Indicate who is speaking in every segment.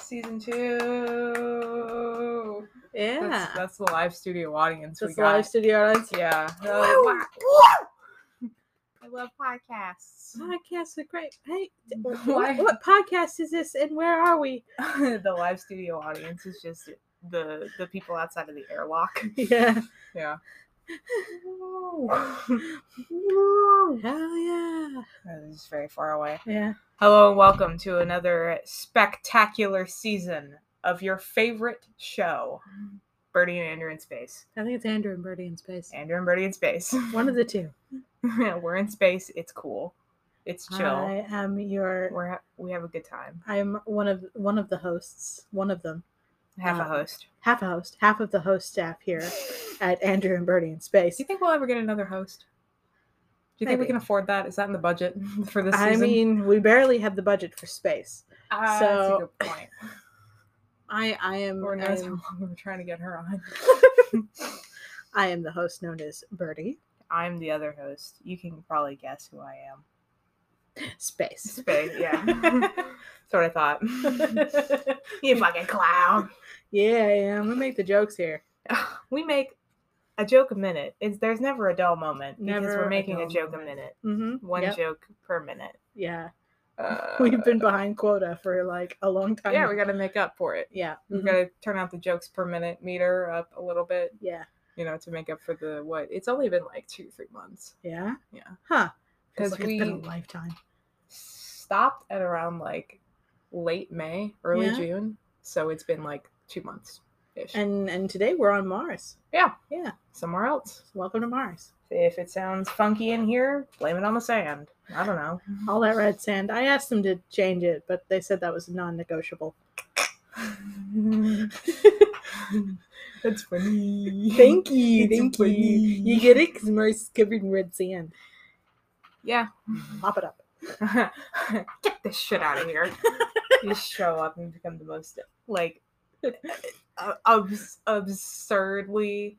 Speaker 1: season two.
Speaker 2: Yeah.
Speaker 1: That's, that's the live studio audience
Speaker 2: Just
Speaker 1: we got.
Speaker 2: live studio audience.
Speaker 1: yeah.
Speaker 2: Woo!
Speaker 1: Uh,
Speaker 2: Woo!
Speaker 1: I love podcasts.
Speaker 2: Podcasts are great. Hey, d- wh-
Speaker 1: Why-
Speaker 2: what, what podcast is this and where are we?
Speaker 1: the live studio audience is just the the people outside of the airlock.
Speaker 2: Yeah.
Speaker 1: Yeah.
Speaker 2: Oh, Hell yeah.
Speaker 1: It's very far away.
Speaker 2: Yeah.
Speaker 1: Hello and welcome to another spectacular season of your favorite show, Birdie and Andrew in Space.
Speaker 2: I think it's Andrew and Birdie in space.
Speaker 1: Andrew and Birdie in Space.
Speaker 2: One of the two.
Speaker 1: We're in space. It's cool. It's chill.
Speaker 2: I am your
Speaker 1: We're ha- we have a good time.
Speaker 2: I'm one of one of the hosts. One of them.
Speaker 1: Have a
Speaker 2: Um,
Speaker 1: host.
Speaker 2: Half a host. Half of the host staff
Speaker 1: Do
Speaker 2: here at Andrew and Birdie in Space.
Speaker 1: you think we'll ever get another host? Do you think we
Speaker 2: Maybe.
Speaker 1: can afford that? Is that in the budget for this
Speaker 2: I
Speaker 1: season?
Speaker 2: mean, we barely have the budget for space.
Speaker 1: Ah,
Speaker 2: so-
Speaker 1: that's a good point.
Speaker 2: I I am
Speaker 1: Lord
Speaker 2: I
Speaker 1: knows how
Speaker 2: am,
Speaker 1: long we were trying to get her on.
Speaker 2: I am the host known as Birdie.
Speaker 1: I'm the other host. You can probably guess who I am.
Speaker 2: Space.
Speaker 1: Spade, yeah. That's what I thought. you fucking clown.
Speaker 2: Yeah, yeah. We make the jokes here.
Speaker 1: We make a joke a minute. It's, there's never a dull moment because
Speaker 2: Never
Speaker 1: we're
Speaker 2: a
Speaker 1: making a,
Speaker 2: dull
Speaker 1: joke
Speaker 2: moment.
Speaker 1: a minute.
Speaker 2: Mm-hmm.
Speaker 1: One
Speaker 2: Yep.
Speaker 1: joke per minute.
Speaker 2: Yeah.
Speaker 1: Uh,
Speaker 2: We've been behind quota for like a long time.
Speaker 1: yeah, we
Speaker 2: now.
Speaker 1: got to make up for it.
Speaker 2: Yeah.
Speaker 1: We've
Speaker 2: mhm,
Speaker 1: got to turn out the jokes per minute meter up a little bit,
Speaker 2: Yeah.
Speaker 1: you know, to make up for the what. It's only been like two, three months
Speaker 2: Yeah.
Speaker 1: Yeah.
Speaker 2: Huh.
Speaker 1: because
Speaker 2: Feels like
Speaker 1: we
Speaker 2: it's been a lifetime.
Speaker 1: stopped at around like late May, early
Speaker 2: Yeah.
Speaker 1: June. So it's been like two months ish.
Speaker 2: And and today we're on Mars.
Speaker 1: Yeah.
Speaker 2: Yeah.
Speaker 1: Somewhere else.
Speaker 2: So welcome to Mars.
Speaker 1: If it sounds funky in here, blame it on the sand. I don't know.
Speaker 2: All that red sand. I asked them to change it, but they said that was non-negotiable.
Speaker 1: That's funny.
Speaker 2: Thank you.
Speaker 1: It's
Speaker 2: thank
Speaker 1: funny.
Speaker 2: you. You get it? Because Mars is covered in red sand.
Speaker 1: Yeah.
Speaker 2: Pop it up.
Speaker 1: Get this shit out of here. you show up and become the most like uh, abs- absurdly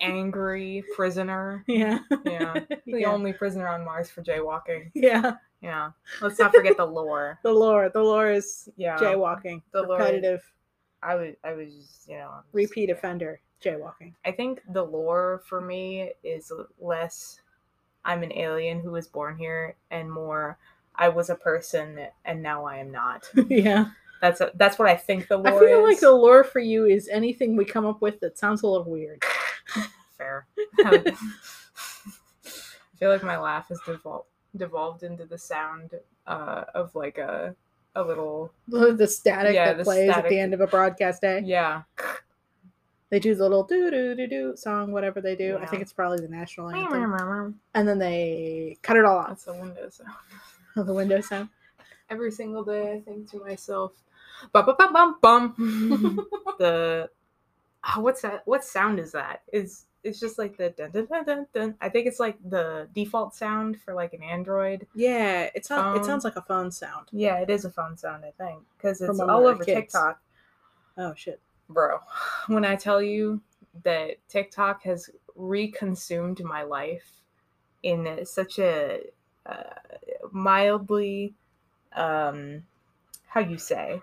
Speaker 1: angry prisoner.
Speaker 2: Yeah.
Speaker 1: Yeah. The
Speaker 2: yeah.
Speaker 1: only prisoner on Mars for jaywalking.
Speaker 2: yeah.
Speaker 1: Yeah. Let's not forget the lore.
Speaker 2: The lore. The lore is
Speaker 1: Yeah.
Speaker 2: jaywalking.
Speaker 1: The lore-
Speaker 2: repetitive
Speaker 1: I was I was just, you know, I'm just-
Speaker 2: repeat
Speaker 1: yeah.
Speaker 2: offender jaywalking.
Speaker 1: I think the lore for me is less I'm an alien who was born here and more I was a person and now I am not.
Speaker 2: yeah.
Speaker 1: That's a, that's what I think the
Speaker 2: I
Speaker 1: lore
Speaker 2: feel like
Speaker 1: is.
Speaker 2: the lore for you is anything we come up with that sounds a little weird.
Speaker 1: Fair. I feel like my laugh has devolved devolved into the sound uh, of like a a little
Speaker 2: The, the static
Speaker 1: Yeah,
Speaker 2: that
Speaker 1: the
Speaker 2: plays at
Speaker 1: static.
Speaker 2: the end of a broadcast day.
Speaker 1: yeah.
Speaker 2: They do the little doo doo doo doo song, whatever they do. I
Speaker 1: Yeah.
Speaker 2: think it's probably the national anthem.
Speaker 1: That's
Speaker 2: And then they cut it all off
Speaker 1: a window sound.
Speaker 2: the window sound.
Speaker 1: every single day I think to myself, bum bum bum bum bum. the oh, what's that? What sound is that? Is it's just like the dun, dun dun dun dun. I think it's like the default sound for like an Android.
Speaker 2: Yeah, it sounds
Speaker 1: Phone.
Speaker 2: it sounds like a phone sound.
Speaker 1: Yeah, it is a phone sound I think because
Speaker 2: From
Speaker 1: it's
Speaker 2: when we
Speaker 1: all
Speaker 2: were
Speaker 1: over
Speaker 2: kids.
Speaker 1: TikTok,
Speaker 2: Oh shit.
Speaker 1: bro. When I tell you that TikTok has reconsumed my life in such a uh, mildly um how you say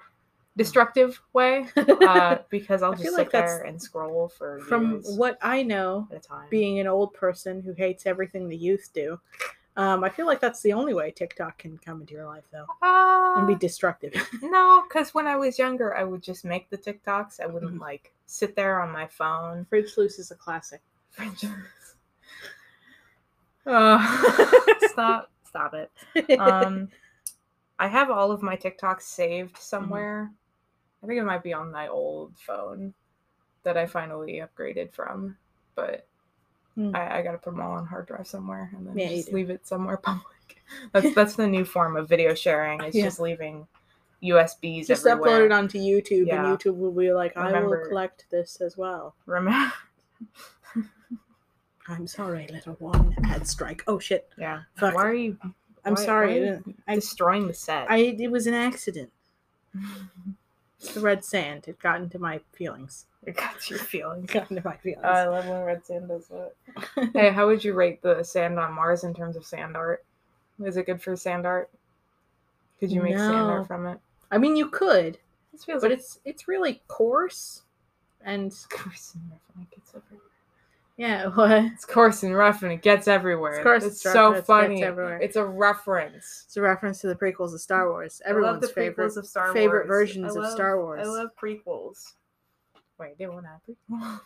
Speaker 1: destructive way uh, because I'll
Speaker 2: I
Speaker 1: just
Speaker 2: feel
Speaker 1: sit
Speaker 2: like that's-
Speaker 1: there and scroll for
Speaker 2: From
Speaker 1: years
Speaker 2: what I know,
Speaker 1: at a time.
Speaker 2: being an old person who hates everything the youth do, um, I feel like that's the only way TikTok can come into your life though
Speaker 1: uh,
Speaker 2: and be destructive.
Speaker 1: no, because when I was younger, I would just make the TikToks. I wouldn't
Speaker 2: Mhm.
Speaker 1: like sit there on my phone.
Speaker 2: Fridge Loose is a classic.
Speaker 1: Uh, stop! Stop it. Um, I have all of my TikToks saved
Speaker 2: Mm-hmm.
Speaker 1: somewhere. I think it might be on my old phone that I finally upgraded from, but
Speaker 2: Hmm.
Speaker 1: I, I gotta put them all on hard drive somewhere and then
Speaker 2: Yeah, you
Speaker 1: just
Speaker 2: do.
Speaker 1: leave it somewhere public. That's that's the new form of video sharing. It's
Speaker 2: Yeah.
Speaker 1: just leaving USBs
Speaker 2: Just
Speaker 1: everywhere.
Speaker 2: upload it onto YouTube,
Speaker 1: Yeah.
Speaker 2: and YouTube will be like, "I
Speaker 1: Remember-
Speaker 2: will collect this as well."
Speaker 1: Remember?
Speaker 2: I'm sorry, little one. Ad strike. Oh shit.
Speaker 1: Yeah.
Speaker 2: Fuck.
Speaker 1: Why are you?
Speaker 2: I'm
Speaker 1: why-
Speaker 2: sorry.
Speaker 1: why
Speaker 2: I
Speaker 1: are you
Speaker 2: didn't- I,
Speaker 1: destroying the set.
Speaker 2: I it was an accident. It's the red sand. It got into my feelings.
Speaker 1: it got your feelings.
Speaker 2: It got into my feelings.
Speaker 1: I love when red sand does that. hey, how would you rate the sand on Mars in terms of sand art? Is it good for sand art? Could you make sand
Speaker 2: No.
Speaker 1: art from it?
Speaker 2: I mean, you could,
Speaker 1: This feels
Speaker 2: but
Speaker 1: like
Speaker 2: it's it's really coarse and
Speaker 1: coarse and rough and it gets everywhere.
Speaker 2: yeah what
Speaker 1: It's coarse and rough and it gets everywhere.
Speaker 2: It's coarse, it's rough,
Speaker 1: so
Speaker 2: and it gets
Speaker 1: funny.
Speaker 2: everywhere.
Speaker 1: It's a reference.
Speaker 2: it's a reference to the prequels of star wars
Speaker 1: I love
Speaker 2: everyone's
Speaker 1: the
Speaker 2: favorite
Speaker 1: prequels of Star
Speaker 2: favorite
Speaker 1: Wars.
Speaker 2: versions
Speaker 1: I
Speaker 2: of
Speaker 1: love-
Speaker 2: Star Wars.
Speaker 1: I love prequels. Wait, they won't have prequels.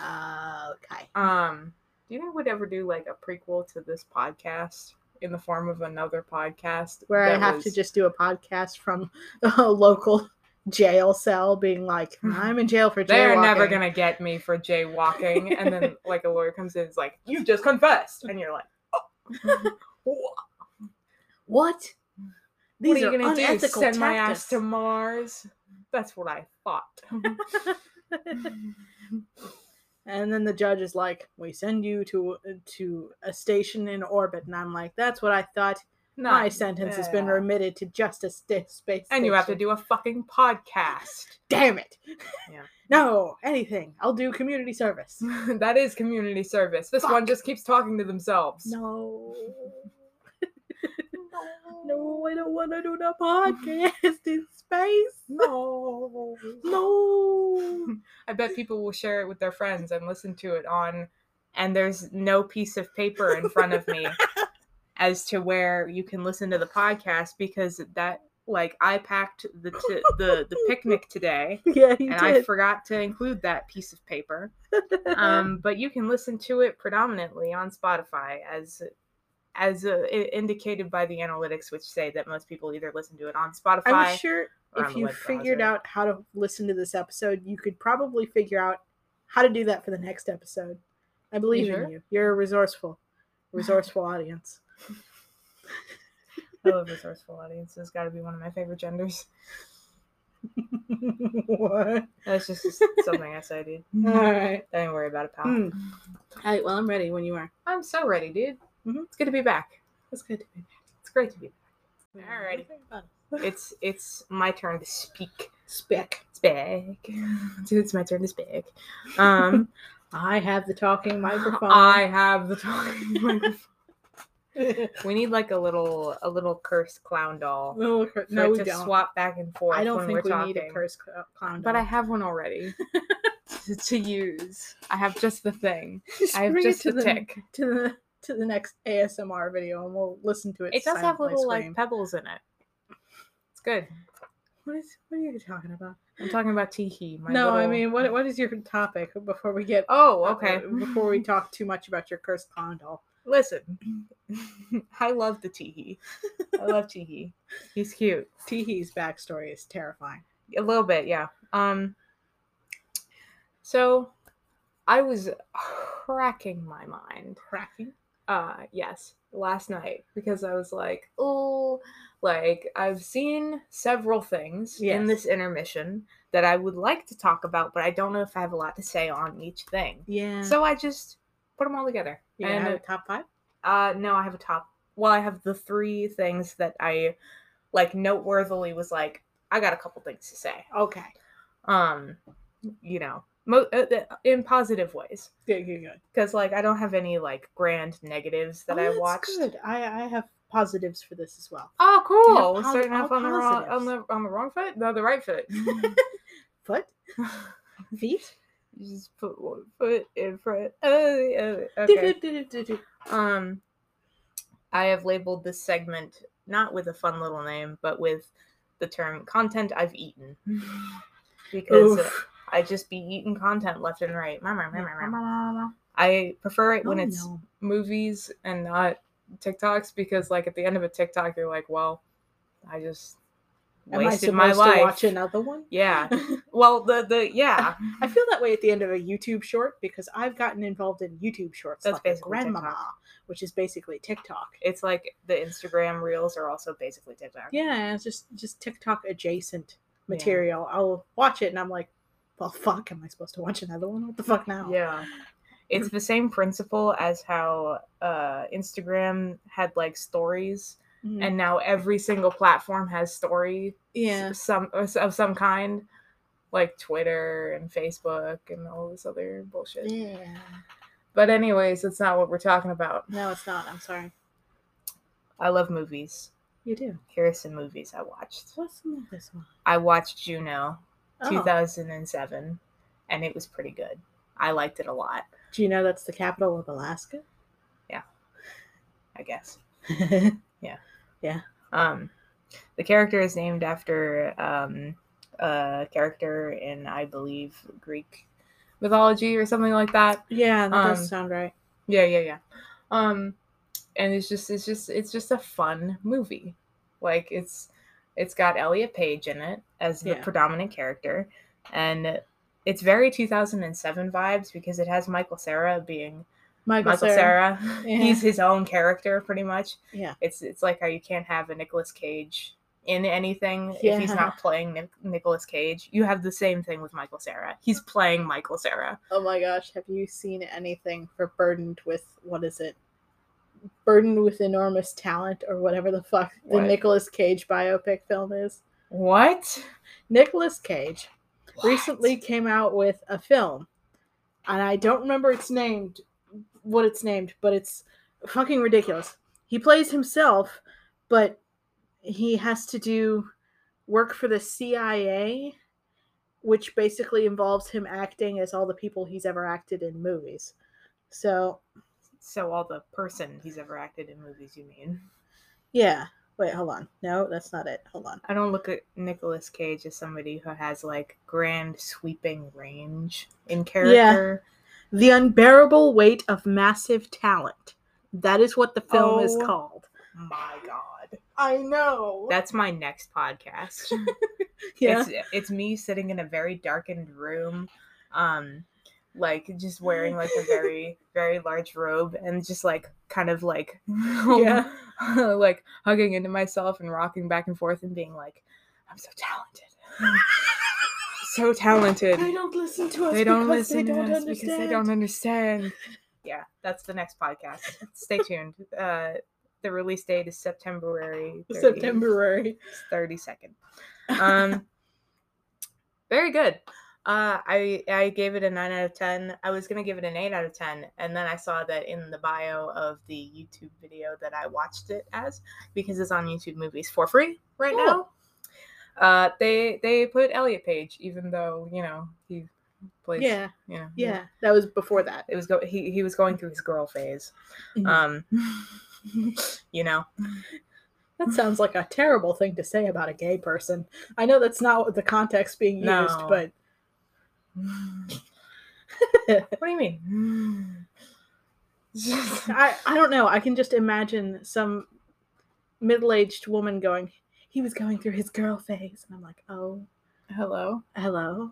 Speaker 2: uh, okay
Speaker 1: Um, do you think we'd ever do like a prequel to this podcast in the form of another podcast
Speaker 2: where i
Speaker 1: that
Speaker 2: have to
Speaker 1: was-
Speaker 2: just do a podcast from a local jail cell being like i'm in jail for jail
Speaker 1: Hmm. They're never gonna get me for jaywalking, and then like a lawyer comes in, and is like, "You just confessed," and you're like, "Oh,
Speaker 2: what
Speaker 1: "What
Speaker 2: these
Speaker 1: are you
Speaker 2: are
Speaker 1: gonna do?
Speaker 2: unethical
Speaker 1: Send my ass to
Speaker 2: tactics.
Speaker 1: Mars?" That's what I thought.
Speaker 2: and then the judge is like we send you to to a station in orbit and i'm like that's what i thought
Speaker 1: No,
Speaker 2: my sentence has been
Speaker 1: yeah.
Speaker 2: remitted to justice sta- space
Speaker 1: And you have to
Speaker 2: station."
Speaker 1: do a fucking podcast.
Speaker 2: damn it
Speaker 1: Yeah.
Speaker 2: no anything i'll do community service
Speaker 1: that is community service. This one
Speaker 2: Fuck.
Speaker 1: just keeps talking to themselves.
Speaker 2: no no i don't want to do the podcast in space
Speaker 1: no.
Speaker 2: no
Speaker 1: I bet people will share it with their friends and listen to it on. And there's no piece of paper in front of me as to where you can listen to the podcast because that, like, I packed the t- the the picnic today
Speaker 2: yeah you
Speaker 1: and I
Speaker 2: did
Speaker 1: forgot to include that piece of paper. Um, but you can listen to it predominantly on Spotify as as uh, i- indicated by the analytics, which say that most people either listen to it on Spotify.
Speaker 2: i'm sure
Speaker 1: or on
Speaker 2: if
Speaker 1: the
Speaker 2: you
Speaker 1: web
Speaker 2: figured
Speaker 1: browser.
Speaker 2: out how to listen to this episode, you could probably figure out how to do that for the next episode. I believe
Speaker 1: sure?
Speaker 2: in you. You're a resourceful, resourceful audience.
Speaker 1: I love resourceful audiences. Got to be one of my favorite genders.
Speaker 2: what?
Speaker 1: That's just something I say, dude.
Speaker 2: All
Speaker 1: Don't
Speaker 2: right.
Speaker 1: even worry about it, pal.
Speaker 2: Hmm. All right. Well, I'm ready when you are.
Speaker 1: I'm so ready, dude.
Speaker 2: Mhm.
Speaker 1: It's good to be back.
Speaker 2: That's good to be.
Speaker 1: It's great to be.
Speaker 2: back.
Speaker 1: All righty.
Speaker 2: Fun.
Speaker 1: Back. It's it's my turn to speak.
Speaker 2: Spec.
Speaker 1: Speak. Dude, it's my turn to speak. Um,
Speaker 2: I have the talking microphone.
Speaker 1: I have the talking. we need like a little a little curse clown doll
Speaker 2: We'll look-
Speaker 1: for
Speaker 2: no,
Speaker 1: it
Speaker 2: we
Speaker 1: to
Speaker 2: don't.
Speaker 1: swap back and forth.
Speaker 2: I don't
Speaker 1: when
Speaker 2: think we
Speaker 1: we're
Speaker 2: need a
Speaker 1: talking.
Speaker 2: curse cl- clown.
Speaker 1: But I
Speaker 2: doll.
Speaker 1: have one already to, to use. I have just the thing.
Speaker 2: Just
Speaker 1: I have
Speaker 2: bring it
Speaker 1: just
Speaker 2: to
Speaker 1: the
Speaker 2: the
Speaker 1: tick.
Speaker 2: to the to the next ASMR video, and we'll listen to it.
Speaker 1: It does have
Speaker 2: silently
Speaker 1: little like
Speaker 2: scream.
Speaker 1: pebbles in it. It's good.
Speaker 2: What is? What are you talking about?
Speaker 1: I'm talking about Teehee. my
Speaker 2: no, I
Speaker 1: little-
Speaker 2: mean, what? What is your topic before we get?
Speaker 1: Oh,
Speaker 2: uh,
Speaker 1: okay.
Speaker 2: before we talk too much about your cursed clown doll.
Speaker 1: listen, I love the Teehee. I love Teehee. He's cute.
Speaker 2: Teehee's backstory is terrifying.
Speaker 1: A little bit, yeah. Um. So, I was cracking my mind
Speaker 2: Cracking.
Speaker 1: uh yes last night because i was like oh like i've seen several things in
Speaker 2: Yes.
Speaker 1: this intermission that i would like to talk about but i don't know if i have a lot to say on each thing
Speaker 2: Yeah. So
Speaker 1: so i just put them all together
Speaker 2: you
Speaker 1: and
Speaker 2: have a top five.
Speaker 1: uh no i have a top well i have the three things that i like noteworthily was like i got a couple things to say
Speaker 2: Okay.
Speaker 1: um you know mo- uh, th- in positive ways
Speaker 2: Good. Good. Good.
Speaker 1: because like i don't have any like grand negatives that
Speaker 2: Oh,
Speaker 1: i
Speaker 2: that's
Speaker 1: watched
Speaker 2: Good. I I have positives for this as well.
Speaker 1: Oh, cool. We're
Speaker 2: posi-
Speaker 1: starting
Speaker 2: all
Speaker 1: off on the wrong on
Speaker 2: positives.
Speaker 1: the on the wrong foot. No, the right foot.
Speaker 2: Foot. Feet.
Speaker 1: You just put one foot in front. of the other. Okay.
Speaker 2: Do-do-do-do-do-do.
Speaker 1: Um, I have labeled this segment not with a fun little name, but with the term "content I've eaten," because uh,
Speaker 2: Oof.
Speaker 1: I just be eating content left and right. Meow, meow, meow, meow, meow. I prefer it when
Speaker 2: Oh,
Speaker 1: it's
Speaker 2: no.
Speaker 1: movies and not TikToks because, like, at the end of a TikTok, you're like, "Well, I just
Speaker 2: Am I
Speaker 1: wasted
Speaker 2: supposed
Speaker 1: my life."
Speaker 2: to watch another one?
Speaker 1: Yeah. Well, the the yeah,
Speaker 2: I feel that way at the end of a YouTube short because I've gotten involved in YouTube shorts
Speaker 1: That's
Speaker 2: like a
Speaker 1: basically
Speaker 2: grandmama,
Speaker 1: TikTok.
Speaker 2: which is basically TikTok.
Speaker 1: it's like the Instagram reels are also basically TikTok.
Speaker 2: Yeah, it's just just TikTok adjacent
Speaker 1: Yeah.
Speaker 2: material. I'll watch it and I'm like, well, fuck, am I supposed to watch another one? What the fuck now?
Speaker 1: Yeah. It's the same principle as how uh, Instagram had like stories,
Speaker 2: Mhm.
Speaker 1: and now every single platform has story
Speaker 2: yeah,
Speaker 1: some of some kind, like Twitter and Facebook and all this other bullshit.
Speaker 2: yeah.
Speaker 1: But anyways, that's not what we're talking about.
Speaker 2: No, it's not. I'm sorry.
Speaker 1: I love movies.
Speaker 2: You do.
Speaker 1: Here are some movies I watched.
Speaker 2: What's the this one?
Speaker 1: I watched Juno,
Speaker 2: Oh.
Speaker 1: 2007, and it was pretty good. I liked it a lot,
Speaker 2: Do you know that's the capital of Alaska?
Speaker 1: I guess. Um, the character is named after um, a character in, I believe, Greek mythology or something like that.
Speaker 2: yeah, that
Speaker 1: Um,
Speaker 2: does sound right.
Speaker 1: Yeah, yeah, yeah. Um, and it's just, it's just, it's just a fun movie. Like it's, it's got Elliot Page in it as the
Speaker 2: Yeah.
Speaker 1: predominant character, and it's very 2007 vibes because it has Michael Sarah being
Speaker 2: Michael,
Speaker 1: Michael
Speaker 2: Cera.
Speaker 1: Sarah.
Speaker 2: Yeah.
Speaker 1: He's his own character, pretty much.
Speaker 2: Yeah.
Speaker 1: It's it's like how you can't have a Nicolas Cage in anything if he's not playing Nic- Nicolas Cage. You have the same thing with Michael Sarah. He's playing Michael Sarah.
Speaker 2: Oh my gosh, have you seen anything for burdened with what is it? Burdened with enormous talent or whatever the fuck the
Speaker 1: What?
Speaker 2: Nicolas Cage biopic film is.
Speaker 1: What?
Speaker 2: Nicolas Cage recently came out with a film, and I don't remember its named what it's named, but it's fucking ridiculous. He plays himself, but he has to do work for the CIA, which basically involves him acting as all the people he's ever acted in movies. So
Speaker 1: So all the person he's ever acted in movies. You mean?
Speaker 2: yeah. Wait, hold on. No, that's not it. Hold on.
Speaker 1: I don't look at Nicolas Cage as somebody who has like grand sweeping range in character.
Speaker 2: The Unbearable Weight of Massive Talent. That is what the film is
Speaker 1: Oh.
Speaker 2: called.
Speaker 1: My God,
Speaker 2: I know.
Speaker 1: that's my next podcast.
Speaker 2: yeah.
Speaker 1: It's it's me sitting in a very darkened room, um, like just wearing like a very very large robe and just like kind of like
Speaker 2: Yeah.
Speaker 1: like hugging into myself and rocking back and forth and being like, I'm so talented, so talented.
Speaker 2: They don't listen to us.
Speaker 1: They don't
Speaker 2: because
Speaker 1: listen
Speaker 2: they don't
Speaker 1: to us
Speaker 2: understand.
Speaker 1: because they don't understand. Yeah, that's the next podcast. Stay tuned. Uh, the release date is September. 30th.
Speaker 2: Septemberary.
Speaker 1: 30 second. Um, very good. Uh, I I gave it a nine out of ten. I was gonna give it an eight out of ten, and then I saw that in the bio of the YouTube video that I watched it as, because it's on YouTube Movies for free right
Speaker 2: Cool.
Speaker 1: now. Uh, they they put Elliot Page, even though you know he plays.
Speaker 2: Yeah,
Speaker 1: you know, he-
Speaker 2: yeah. That was before that.
Speaker 1: It was go- he he was going through his girl phase.
Speaker 2: Mhm.
Speaker 1: Um, you know.
Speaker 2: That sounds like a terrible thing to say about a gay person. I know that's not what the context being used,
Speaker 1: No.
Speaker 2: but
Speaker 1: Mm. what do you mean?
Speaker 2: I, I don't know. I can just imagine some middle aged woman going, he was going through his girl phase. And I'm like, oh,
Speaker 1: Hello?
Speaker 2: hello.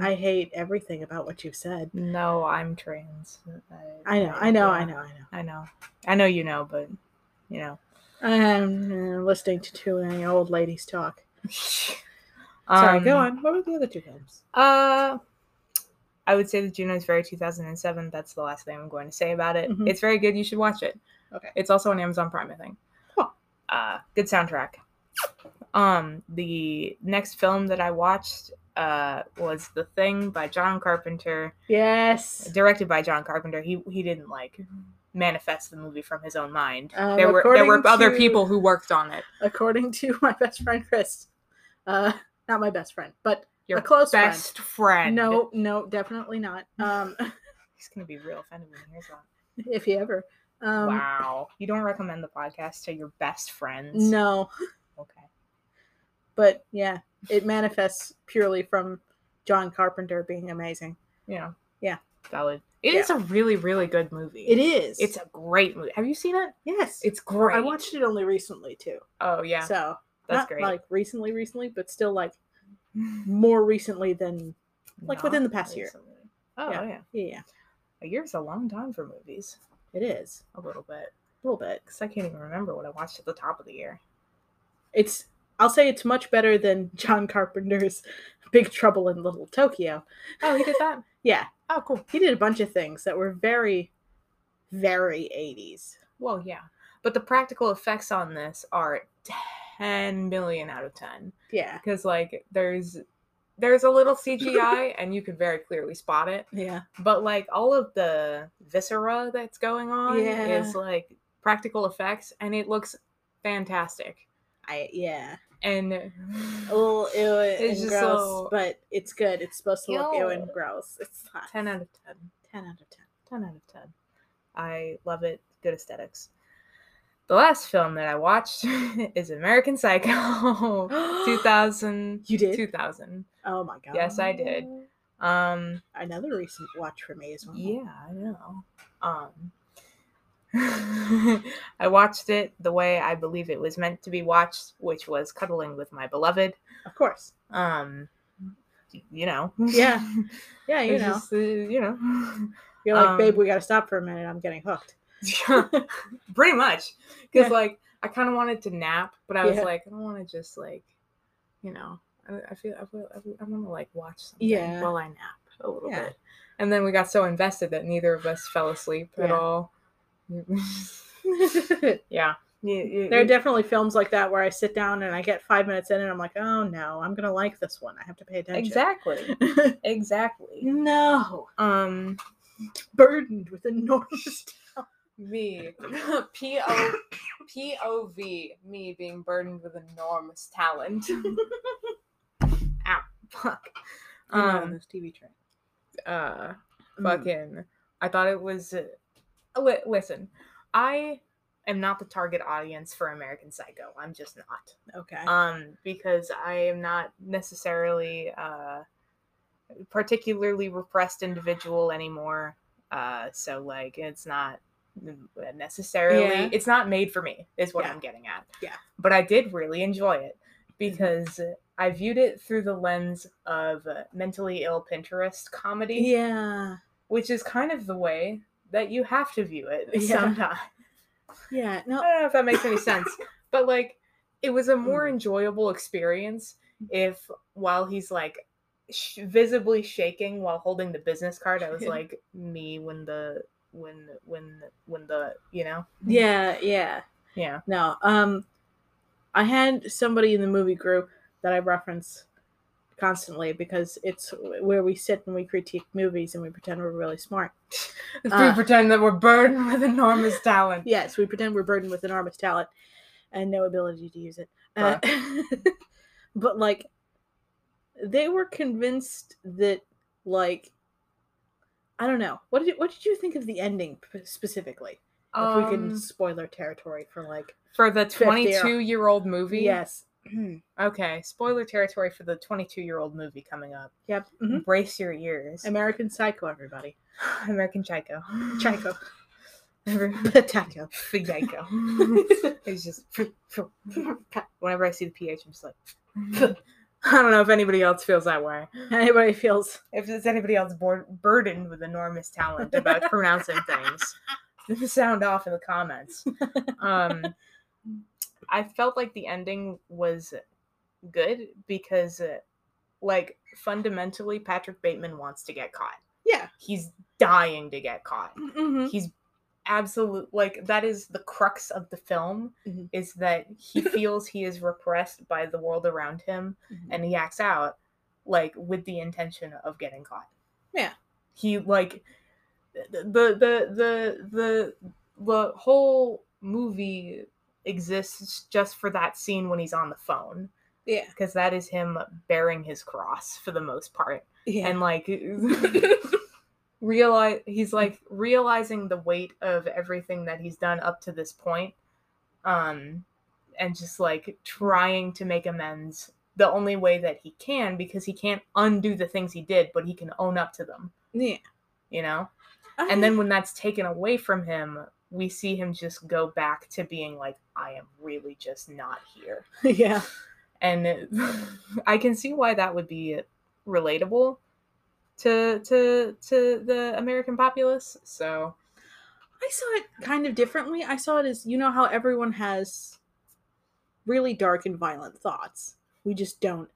Speaker 1: Mm.
Speaker 2: I hate everything about what you've said?
Speaker 1: No, I'm trans.
Speaker 2: I know, I know, I
Speaker 1: yeah,
Speaker 2: know, I know.
Speaker 1: I know. I know you know, but you know.
Speaker 2: I'm uh, listening to too many old ladies talk. Sorry,
Speaker 1: Um,
Speaker 2: go on. What were the other two films?
Speaker 1: Uh I would say that Juno is very 2007. That's the last thing I'm going to say about it.
Speaker 2: Mhm.
Speaker 1: It's very good. You should watch it.
Speaker 2: Okay.
Speaker 1: It's also on Amazon Prime, I think.
Speaker 2: Huh.
Speaker 1: Uh, good soundtrack. Um, the next film that I watched uh, was The Thing by John Carpenter.
Speaker 2: Yes.
Speaker 1: directed by John Carpenter. He he didn't like manifest the movie from his own mind.
Speaker 2: Um,
Speaker 1: there were there were
Speaker 2: according
Speaker 1: other
Speaker 2: to-
Speaker 1: people who worked on it.
Speaker 2: according to my best friend Chris. Uh, not my best friend, but
Speaker 1: Your
Speaker 2: a close
Speaker 1: best friend.
Speaker 2: friend. No, no, definitely not. Um,
Speaker 1: he's gonna be real offended when he hears that.
Speaker 2: if he ever. Um,
Speaker 1: wow, you don't recommend the podcast to your best friends?
Speaker 2: No,
Speaker 1: Okay.
Speaker 2: but yeah, it manifests purely from John Carpenter being amazing.
Speaker 1: Yeah.
Speaker 2: Yeah.
Speaker 1: Valid. It is
Speaker 2: Yeah.
Speaker 1: a really really good movie.
Speaker 2: It is.
Speaker 1: It's a great movie. Have you seen it?
Speaker 2: yes.
Speaker 1: It's great.
Speaker 2: I watched it only recently too.
Speaker 1: Oh yeah,
Speaker 2: So
Speaker 1: that's
Speaker 2: not
Speaker 1: great.
Speaker 2: like recently, recently, but still like more recently than like
Speaker 1: Not
Speaker 2: within the past year.
Speaker 1: recently. Oh
Speaker 2: Yeah.
Speaker 1: yeah.
Speaker 2: yeah,
Speaker 1: a year's a long time for movies.
Speaker 2: it is
Speaker 1: A little bit,
Speaker 2: a little bit.
Speaker 1: because I can't even remember what I watched at the top of the year.
Speaker 2: it's I'll say it's much better than John Carpenter's Big Trouble in Little Tokyo.
Speaker 1: Oh, he did that.
Speaker 2: Yeah,
Speaker 1: Oh, cool.
Speaker 2: he did a bunch of things that were very very 80s.
Speaker 1: Well, yeah. But the practical effects on this are 10 million out of 10
Speaker 2: Yeah.
Speaker 1: because like there's there's a little CGI and you can very clearly spot it,
Speaker 2: Yeah.
Speaker 1: but like all of the viscera that's going on
Speaker 2: Yeah.
Speaker 1: is like practical effects and it looks fantastic.
Speaker 2: I yeah.
Speaker 1: and
Speaker 2: A little ew
Speaker 1: It's
Speaker 2: and
Speaker 1: just
Speaker 2: gross,
Speaker 1: so-
Speaker 2: but it's good. It's supposed to look ew and
Speaker 1: Ew.
Speaker 2: gross. It's hot.
Speaker 1: 10 out of 10
Speaker 2: 10 out of 10.
Speaker 1: 10 out of 10 i love it good aesthetics the last film that i watched is american psycho 2000
Speaker 2: You did?
Speaker 1: 2000
Speaker 2: Oh my god.
Speaker 1: Yes, I did. um
Speaker 2: Another recent watch for me as well.
Speaker 1: Yeah, I know. Um, I watched it the way I believe it was meant to be watched, which was cuddling with my beloved.
Speaker 2: Of course.
Speaker 1: Um, you know.
Speaker 2: Yeah, Yeah, you
Speaker 1: It's
Speaker 2: know.
Speaker 1: just, uh, you know.
Speaker 2: You're like, babe,
Speaker 1: um,
Speaker 2: we gotta stop for a minute. I'm getting hooked.
Speaker 1: Pretty much, because
Speaker 2: Yeah.
Speaker 1: like I kind of wanted to nap, but I was
Speaker 2: Yeah.
Speaker 1: like, I don't want to just like, you know, I, I feel I feel I, feel- I want to like watch something
Speaker 2: Yeah.
Speaker 1: while I nap a little
Speaker 2: Yeah.
Speaker 1: bit, and then we got so invested that neither of us fell asleep at
Speaker 2: Yeah.
Speaker 1: all.
Speaker 2: there
Speaker 1: Yeah. You, you,
Speaker 2: are
Speaker 1: you-
Speaker 2: definitely films like that where I sit down and I get five minutes in and I'm like, oh no, I'm gonna like this one. I have to pay attention.
Speaker 1: exactly. exactly.
Speaker 2: no.
Speaker 1: Um
Speaker 2: Burdened with enormous
Speaker 1: me. P O P O V me being burdened with enormous talent. Ow. Fuck.
Speaker 2: you know, on
Speaker 1: Um,
Speaker 2: this TV train.
Speaker 1: uh fucking I thought it was uh, li- listen. I am not the target audience for American Psycho. I'm just not.
Speaker 2: Mm, okay.
Speaker 1: um, because I am not necessarily uh, particularly repressed individual anymore. Uh, so like, it's not necessarily
Speaker 2: Yeah.
Speaker 1: it's not made for me is what
Speaker 2: Yeah.
Speaker 1: I'm getting at.
Speaker 2: Yeah. Mm-hmm.
Speaker 1: But I did really enjoy it because I viewed it through the lens of uh, mentally ill Pinterest comedy,
Speaker 2: yeah.
Speaker 1: which is kind of the way that you have to view it
Speaker 2: Yeah.
Speaker 1: sometimes.
Speaker 2: Yeah. No.
Speaker 1: I don't know if that makes any sense, but like it was a more enjoyable experience if while he's like sh- visibly shaking while holding the business card, I was like me when the when when when the you know
Speaker 2: Yeah. Yeah.
Speaker 1: yeah
Speaker 2: No. Um, I had somebody in the movie group that I reference constantly because it's where we sit and we critique movies and we pretend we're really smart. Uh,
Speaker 1: we pretend that we're burdened with enormous talent.
Speaker 2: Yes, we pretend we're burdened with enormous talent and no ability to use it. Uh, but like, they were convinced that like. I don't know. What did you, what did you think of the ending p- specifically? if we can
Speaker 1: Um,
Speaker 2: spoiler territory for like
Speaker 1: for the
Speaker 2: fifth era.
Speaker 1: 22 year old movie.
Speaker 2: yes,
Speaker 1: Okay. Spoiler territory for the 22 year old movie coming up.
Speaker 2: yep, mhm.
Speaker 1: Brace your ears.
Speaker 2: American Psycho, everybody.
Speaker 1: American Psycho.
Speaker 2: Psycho.
Speaker 1: Ever-
Speaker 2: Taco.
Speaker 1: Fianco. it's just whenever I see the pH, I'm just like. I don't know if anybody else feels that way.
Speaker 2: Anybody feels
Speaker 1: If there's anybody else bor- burdened with enormous talent about pronouncing things, sound off in the comments. Um, I felt like the ending was good because, uh, like, fundamentally, Patrick Bateman wants to get caught.
Speaker 2: yeah.
Speaker 1: He's dying to get caught
Speaker 2: Mm-hmm.
Speaker 1: he's absolute like that is the crux of the film
Speaker 2: Mhm.
Speaker 1: is that he feels he is repressed by the world around him and he acts out like with the intention of getting caught
Speaker 2: Yeah.
Speaker 1: he like the the the the the, the whole movie exists just for that scene when he's on the phone
Speaker 2: yeah,
Speaker 1: because that is him bearing his cross for the most part
Speaker 2: yeah,
Speaker 1: and like realize he's like realizing the weight of everything that he's done up to this point um and just like trying to make amends the only way that he can because he can't undo the things he did but he can own up to them
Speaker 2: yeah.
Speaker 1: you know and then when that's taken away from him we see him just go back to being like i am really just not here
Speaker 2: yeah,
Speaker 1: and it- I can see why that would be relatable to to to the American populace. So
Speaker 2: I saw it kind of differently. I saw it as you know how everyone has really dark and violent thoughts. We just don't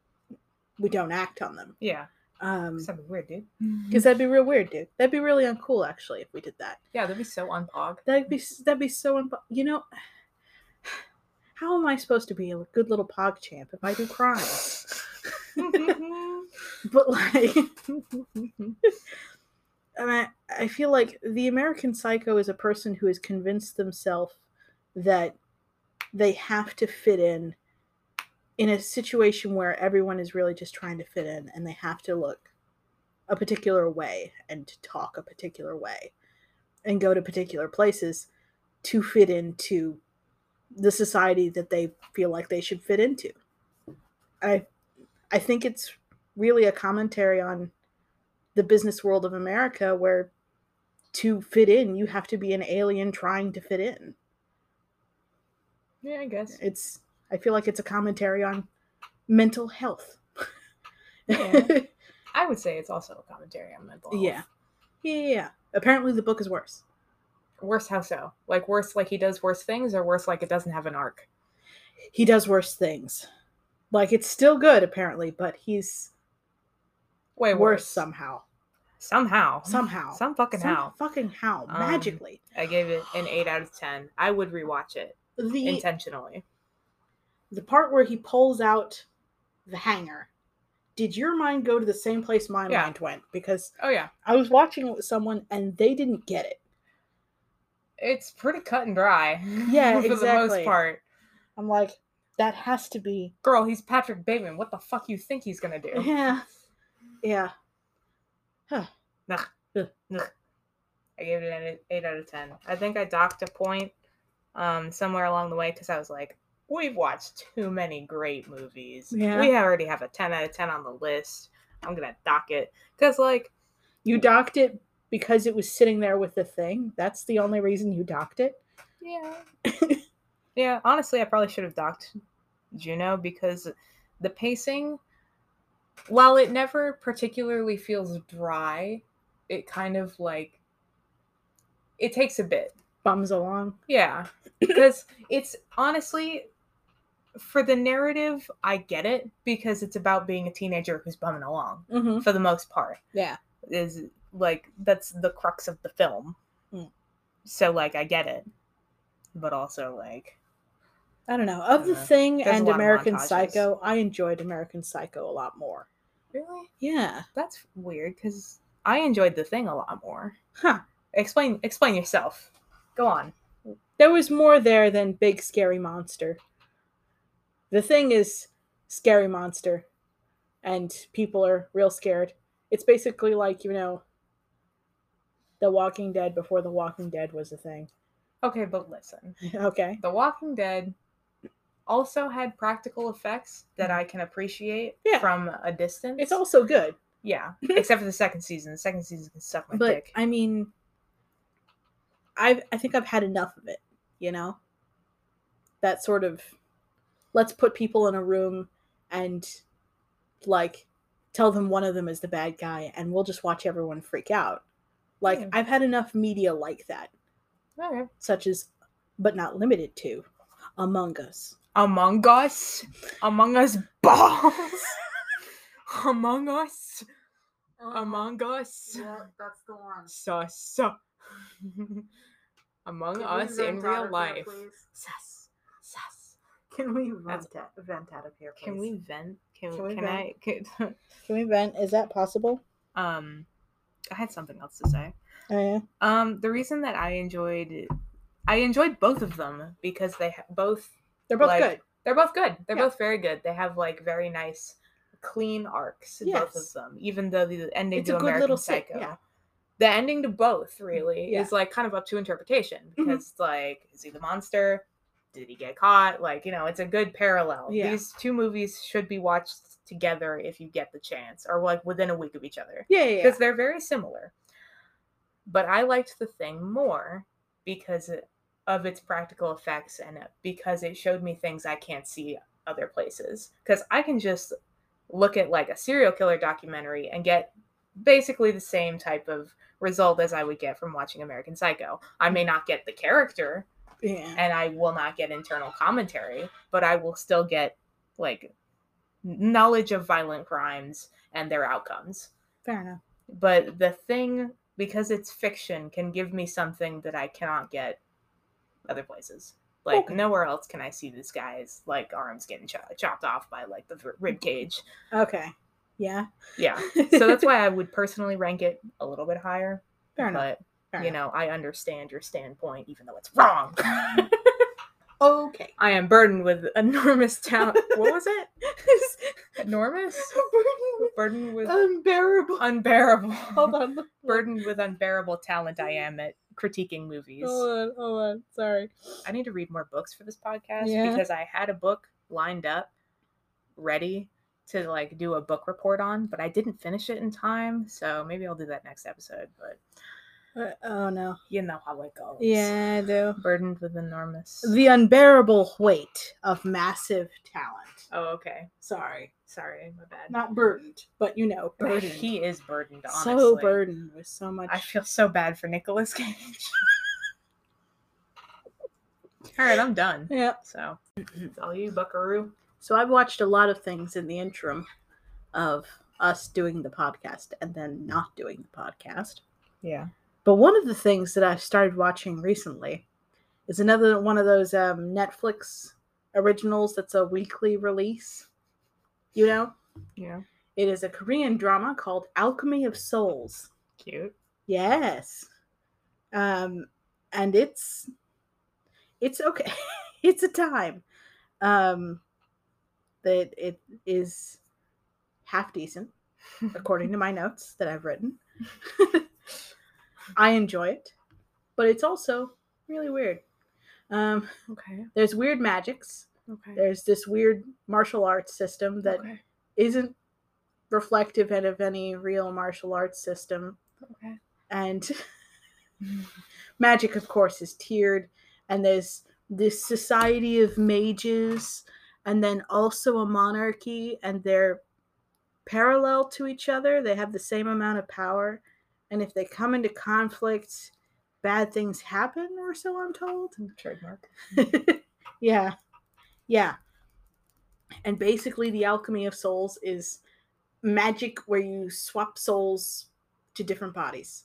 Speaker 2: we don't act on them.
Speaker 1: yeah,
Speaker 2: Um,
Speaker 1: something weird, dude.
Speaker 2: because that'd be real weird, dude. That'd be really uncool, actually, if we did that.
Speaker 1: yeah, that'd be so unpog.
Speaker 2: That'd be s- that'd be so. Imp- you know, how am I supposed to be a good little pog champ if I do crime? But like. and I, I feel like the American psycho is a person who has convinced themselves that they have to fit in in a situation where everyone is really just trying to fit in and they have to look a particular way and to talk a particular way and go to particular places to fit into the society that they feel like they should fit into. I I think it's really a commentary on the business world of America where to fit in you have to be an alien trying to fit in.
Speaker 1: Yeah, I guess.
Speaker 2: It's I feel like it's a commentary on mental health.
Speaker 1: Yeah. I would say it's also a commentary on mental health.
Speaker 2: Yeah. Yeah, yeah, yeah. Apparently the book is worse.
Speaker 1: Worse how so? Like worse like he does worse things or worse like it doesn't have an arc?
Speaker 2: He does worse things. Like it's still good apparently, but he's
Speaker 1: Way
Speaker 2: worse,
Speaker 1: worse.
Speaker 2: somehow.
Speaker 1: Somehow.
Speaker 2: Somehow.
Speaker 1: Some fucking
Speaker 2: Some
Speaker 1: how.
Speaker 2: Fucking how.
Speaker 1: Um,
Speaker 2: magically.
Speaker 1: I gave it an 8 out of 10. I would rewatch it
Speaker 2: The
Speaker 1: intentionally.
Speaker 2: the part where he pulls out the hanger. Did your mind go to the same place my
Speaker 1: Yeah.
Speaker 2: mind went? Because
Speaker 1: Oh yeah.
Speaker 2: I was watching it with someone and they didn't get it.
Speaker 1: It's pretty cut and dry.
Speaker 2: Yeah,
Speaker 1: for the
Speaker 2: exactly.
Speaker 1: most part.
Speaker 2: I'm like, that has to be
Speaker 1: Girl, he's Patrick Bateman. What the fuck you think he's gonna do?
Speaker 2: Yeah. Yeah.
Speaker 1: I gave it an eight out of ten. I think I docked a point um, somewhere along the way because I was like, we've watched too many great movies.
Speaker 2: Yeah.
Speaker 1: We already have a ten out of ten on the list. I'm gonna dock it because like
Speaker 2: You docked it because it was sitting there with the thing. That's the only reason you docked it.
Speaker 1: yeah yeah. Honestly, I probably should have docked Juno because the pacing, while it never particularly feels dry, it kind of like it takes a bit.
Speaker 2: Bums along.
Speaker 1: Yeah. Because it's honestly, for the narrative, I get it because it's about being a teenager who's bumming along
Speaker 2: Mm-hmm.
Speaker 1: for the most part.
Speaker 2: Yeah.
Speaker 1: Is like, that's the crux of the film.
Speaker 2: Mm.
Speaker 1: So, like, I get it. But also, like,
Speaker 2: I don't know. Of the
Speaker 1: Yeah.
Speaker 2: thing
Speaker 1: There's a
Speaker 2: and
Speaker 1: lot of
Speaker 2: American
Speaker 1: montages.
Speaker 2: Psycho, I enjoyed American Psycho a lot more.
Speaker 1: really?
Speaker 2: Yeah.
Speaker 1: That's weird because I enjoyed the thing a lot more.
Speaker 2: Huh.
Speaker 1: Explain, explain yourself. Go on.
Speaker 2: There was more there than big scary monster. The thing is scary monster and people are real scared. It's basically like, you know, The Walking Dead before The Walking Dead was a thing.
Speaker 1: Okay, but listen.
Speaker 2: okay.
Speaker 1: The Walking Dead also had practical effects that I can appreciate
Speaker 2: Hmm. Yeah.
Speaker 1: from a distance.
Speaker 2: It's also good.
Speaker 1: yeah, except for the second season. The second season can suck my
Speaker 2: but
Speaker 1: dick.
Speaker 2: I mean, I I think I've had enough of it. You know, that sort of let's put people in a room and like tell them one of them is the bad guy, and we'll just watch everyone freak out. Like
Speaker 1: Yeah.
Speaker 2: I've had enough media like that,
Speaker 1: Okay.
Speaker 2: such as, but not limited to, Among Us.
Speaker 1: Among Us, Among Us balls, Among Us, Among Us,
Speaker 2: that's the one.
Speaker 1: sus, Among Us in real life. Sus, sus.
Speaker 2: Can we
Speaker 1: That's-
Speaker 2: out, vent out of here?
Speaker 1: Can we vent? Can,
Speaker 2: Can we
Speaker 1: can I?
Speaker 2: vent?
Speaker 1: Can,
Speaker 2: Can we vent? Is that possible?
Speaker 1: um, I had something else to say.
Speaker 2: Oh yeah.
Speaker 1: Um, the reason that I enjoyed, I enjoyed both of them because they ha- both
Speaker 2: They're both
Speaker 1: Like,
Speaker 2: good.
Speaker 1: they're both good. They're
Speaker 2: Yeah.
Speaker 1: both very good. They have like very nice, clean arcs. Both of
Speaker 2: Yes.
Speaker 1: them, even though the ending
Speaker 2: It's
Speaker 1: to
Speaker 2: a good
Speaker 1: American
Speaker 2: little sit,
Speaker 1: Psycho,
Speaker 2: yeah. Mm-hmm.
Speaker 1: the ending to both really
Speaker 2: Yeah.
Speaker 1: is like kind of up to interpretation
Speaker 2: Mhm.
Speaker 1: because like is he the monster? Did he get caught? Like you know, it's a good parallel.
Speaker 2: Yeah.
Speaker 1: These two movies should be watched together if you get the chance, or like within a week of each other
Speaker 2: Yeah, yeah, yeah.
Speaker 1: because they're very similar. But I liked the thing more because it- of its practical effects and it- because it showed me things I can't see other places. Because I can just look at like a serial killer documentary and get basically the same type of result as I would get from watching American Psycho. I may not get the character
Speaker 2: Yeah.
Speaker 1: and I will not get internal commentary, but I will still get like n- knowledge of violent crimes and their outcomes
Speaker 2: Fair enough.
Speaker 1: but the thing because it's fiction can give me something that i cannot get other places like
Speaker 2: Okay.
Speaker 1: nowhere else can i see this guy's like arms getting cho- chopped off by like the v- rib cage
Speaker 2: Okay. Yeah.
Speaker 1: yeah so that's why i would personally rank it a little bit higher
Speaker 2: Fair enough.
Speaker 1: but
Speaker 2: Fair
Speaker 1: you
Speaker 2: enough.
Speaker 1: know i understand your standpoint even though it's wrong
Speaker 2: Okay.
Speaker 1: I am burdened with enormous talent. what was it? Enormous? Burdened with
Speaker 2: Unbearable.
Speaker 1: unbearable.
Speaker 2: Um, Hold on. look-
Speaker 1: burdened with unbearable talent I am at critiquing movies.
Speaker 2: Hold on. Hold on. Sorry.
Speaker 1: I need to read more books for this podcast
Speaker 2: Yeah.
Speaker 1: because I had a book lined up ready to like do a book report on, but I didn't finish it in time, so maybe I'll do that next episode, but
Speaker 2: Uh, oh no.
Speaker 1: you know how it goes.
Speaker 2: Yeah, I do.
Speaker 1: Burdened with enormous
Speaker 2: The unbearable weight of massive talent.
Speaker 1: Oh, okay.
Speaker 2: Sorry.
Speaker 1: Sorry, my bad.
Speaker 2: Not burdened, but you know, burdened.
Speaker 1: He is burdened, honestly.
Speaker 2: so burdened with so much.
Speaker 1: I feel so bad for Nicolas Cage. All right, I'm done.
Speaker 2: yeah.
Speaker 1: So, it's all you, Buckaroo.
Speaker 2: So I've watched a lot of things in the interim of us doing the podcast and then not doing the podcast.
Speaker 1: Yeah.
Speaker 2: But one of the things that I've started watching recently is another one of those um, Netflix originals that's a weekly release. You know,
Speaker 1: Yeah.
Speaker 2: it is a Korean drama called Alchemy of Souls.
Speaker 1: Cute.
Speaker 2: Yes. Um and it's it's okay. it's a time. Um that it is half decent according to my notes that I've written. I enjoy it, but it's also really weird. Um
Speaker 1: Okay.
Speaker 2: there's weird magics.
Speaker 1: Okay.
Speaker 2: There's this weird martial arts system that
Speaker 1: okay.
Speaker 2: not reflective of any real martial arts system
Speaker 1: Okay.
Speaker 2: and magic of course is tiered and there's this society of mages and then also a monarchy and they're parallel to each other they have the same amount of power and if they come into conflict bad things happen or so i'm told
Speaker 1: Trademark.
Speaker 2: yeah yeah and basically the alchemy of souls is magic where you swap souls to different bodies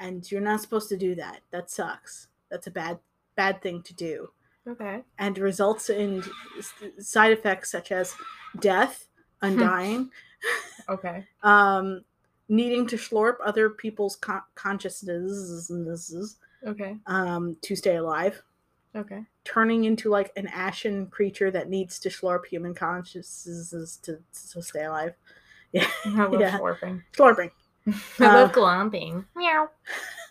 Speaker 2: and you're not supposed to do that that sucks that's a bad bad thing to do
Speaker 1: Okay.
Speaker 2: and results in s- side effects such as death undying
Speaker 1: Okay.
Speaker 2: um needing to slurp other people's con- consciousnesses
Speaker 1: Okay.
Speaker 2: um to stay alive
Speaker 1: Okay.
Speaker 2: turning into like an ashen creature that needs to slurp human consciousness to, to stay alive.
Speaker 1: I love
Speaker 2: Yeah.
Speaker 1: slurping.
Speaker 2: Slurping.
Speaker 1: I
Speaker 2: Uh,
Speaker 1: love glomping. Meow.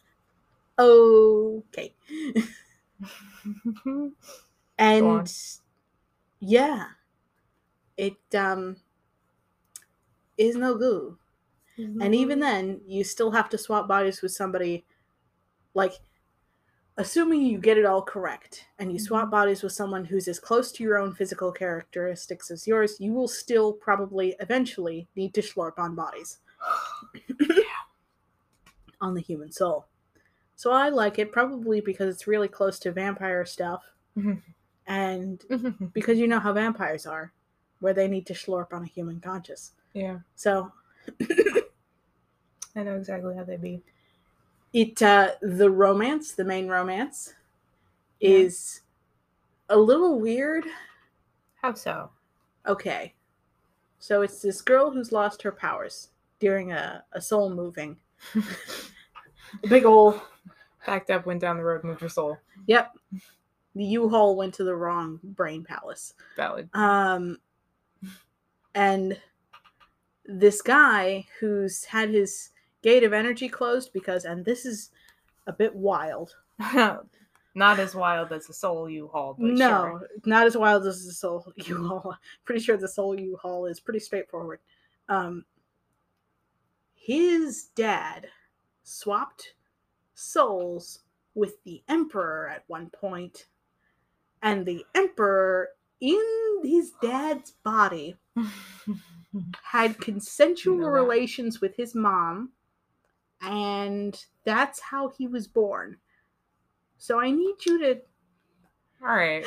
Speaker 2: Okay.
Speaker 1: on.
Speaker 2: And yeah, it um is no good. And even then, you still have to swap bodies with somebody. Like, assuming you get it all correct and you swap bodies with someone who's as close to your own physical characteristics as yours, you will still probably eventually need to slurp on bodies. on the human soul. So I like it probably because it's really close to vampire stuff
Speaker 1: Mhm.
Speaker 2: and because you know how vampires are, where they need to slurp on a human conscious.
Speaker 1: yeah,
Speaker 2: So
Speaker 1: I know exactly how they be.
Speaker 2: it uh the romance, the main romance
Speaker 1: Yeah.
Speaker 2: is a little weird.
Speaker 1: How so?
Speaker 2: Okay. So it's this girl who's lost her powers during a, a soul moving. Big ol'
Speaker 1: Backed up, went down the road, moved her soul.
Speaker 2: Yep. The U-Haul went to the wrong brain palace.
Speaker 1: Valid.
Speaker 2: Um, and this guy who's had his gate of energy closed because, and this is a bit wild.
Speaker 1: Not as wild as the soul you hauled. But
Speaker 2: no, not as wild as the soul U-Haul. Pretty sure the soul U-Haul is pretty straightforward. Um, his dad swapped souls with the emperor at one point, and the emperor in his dad's body
Speaker 1: sure.
Speaker 2: had consensual
Speaker 1: that.
Speaker 2: relations with his mom, and that's how he was born. So I need you to.
Speaker 1: All right.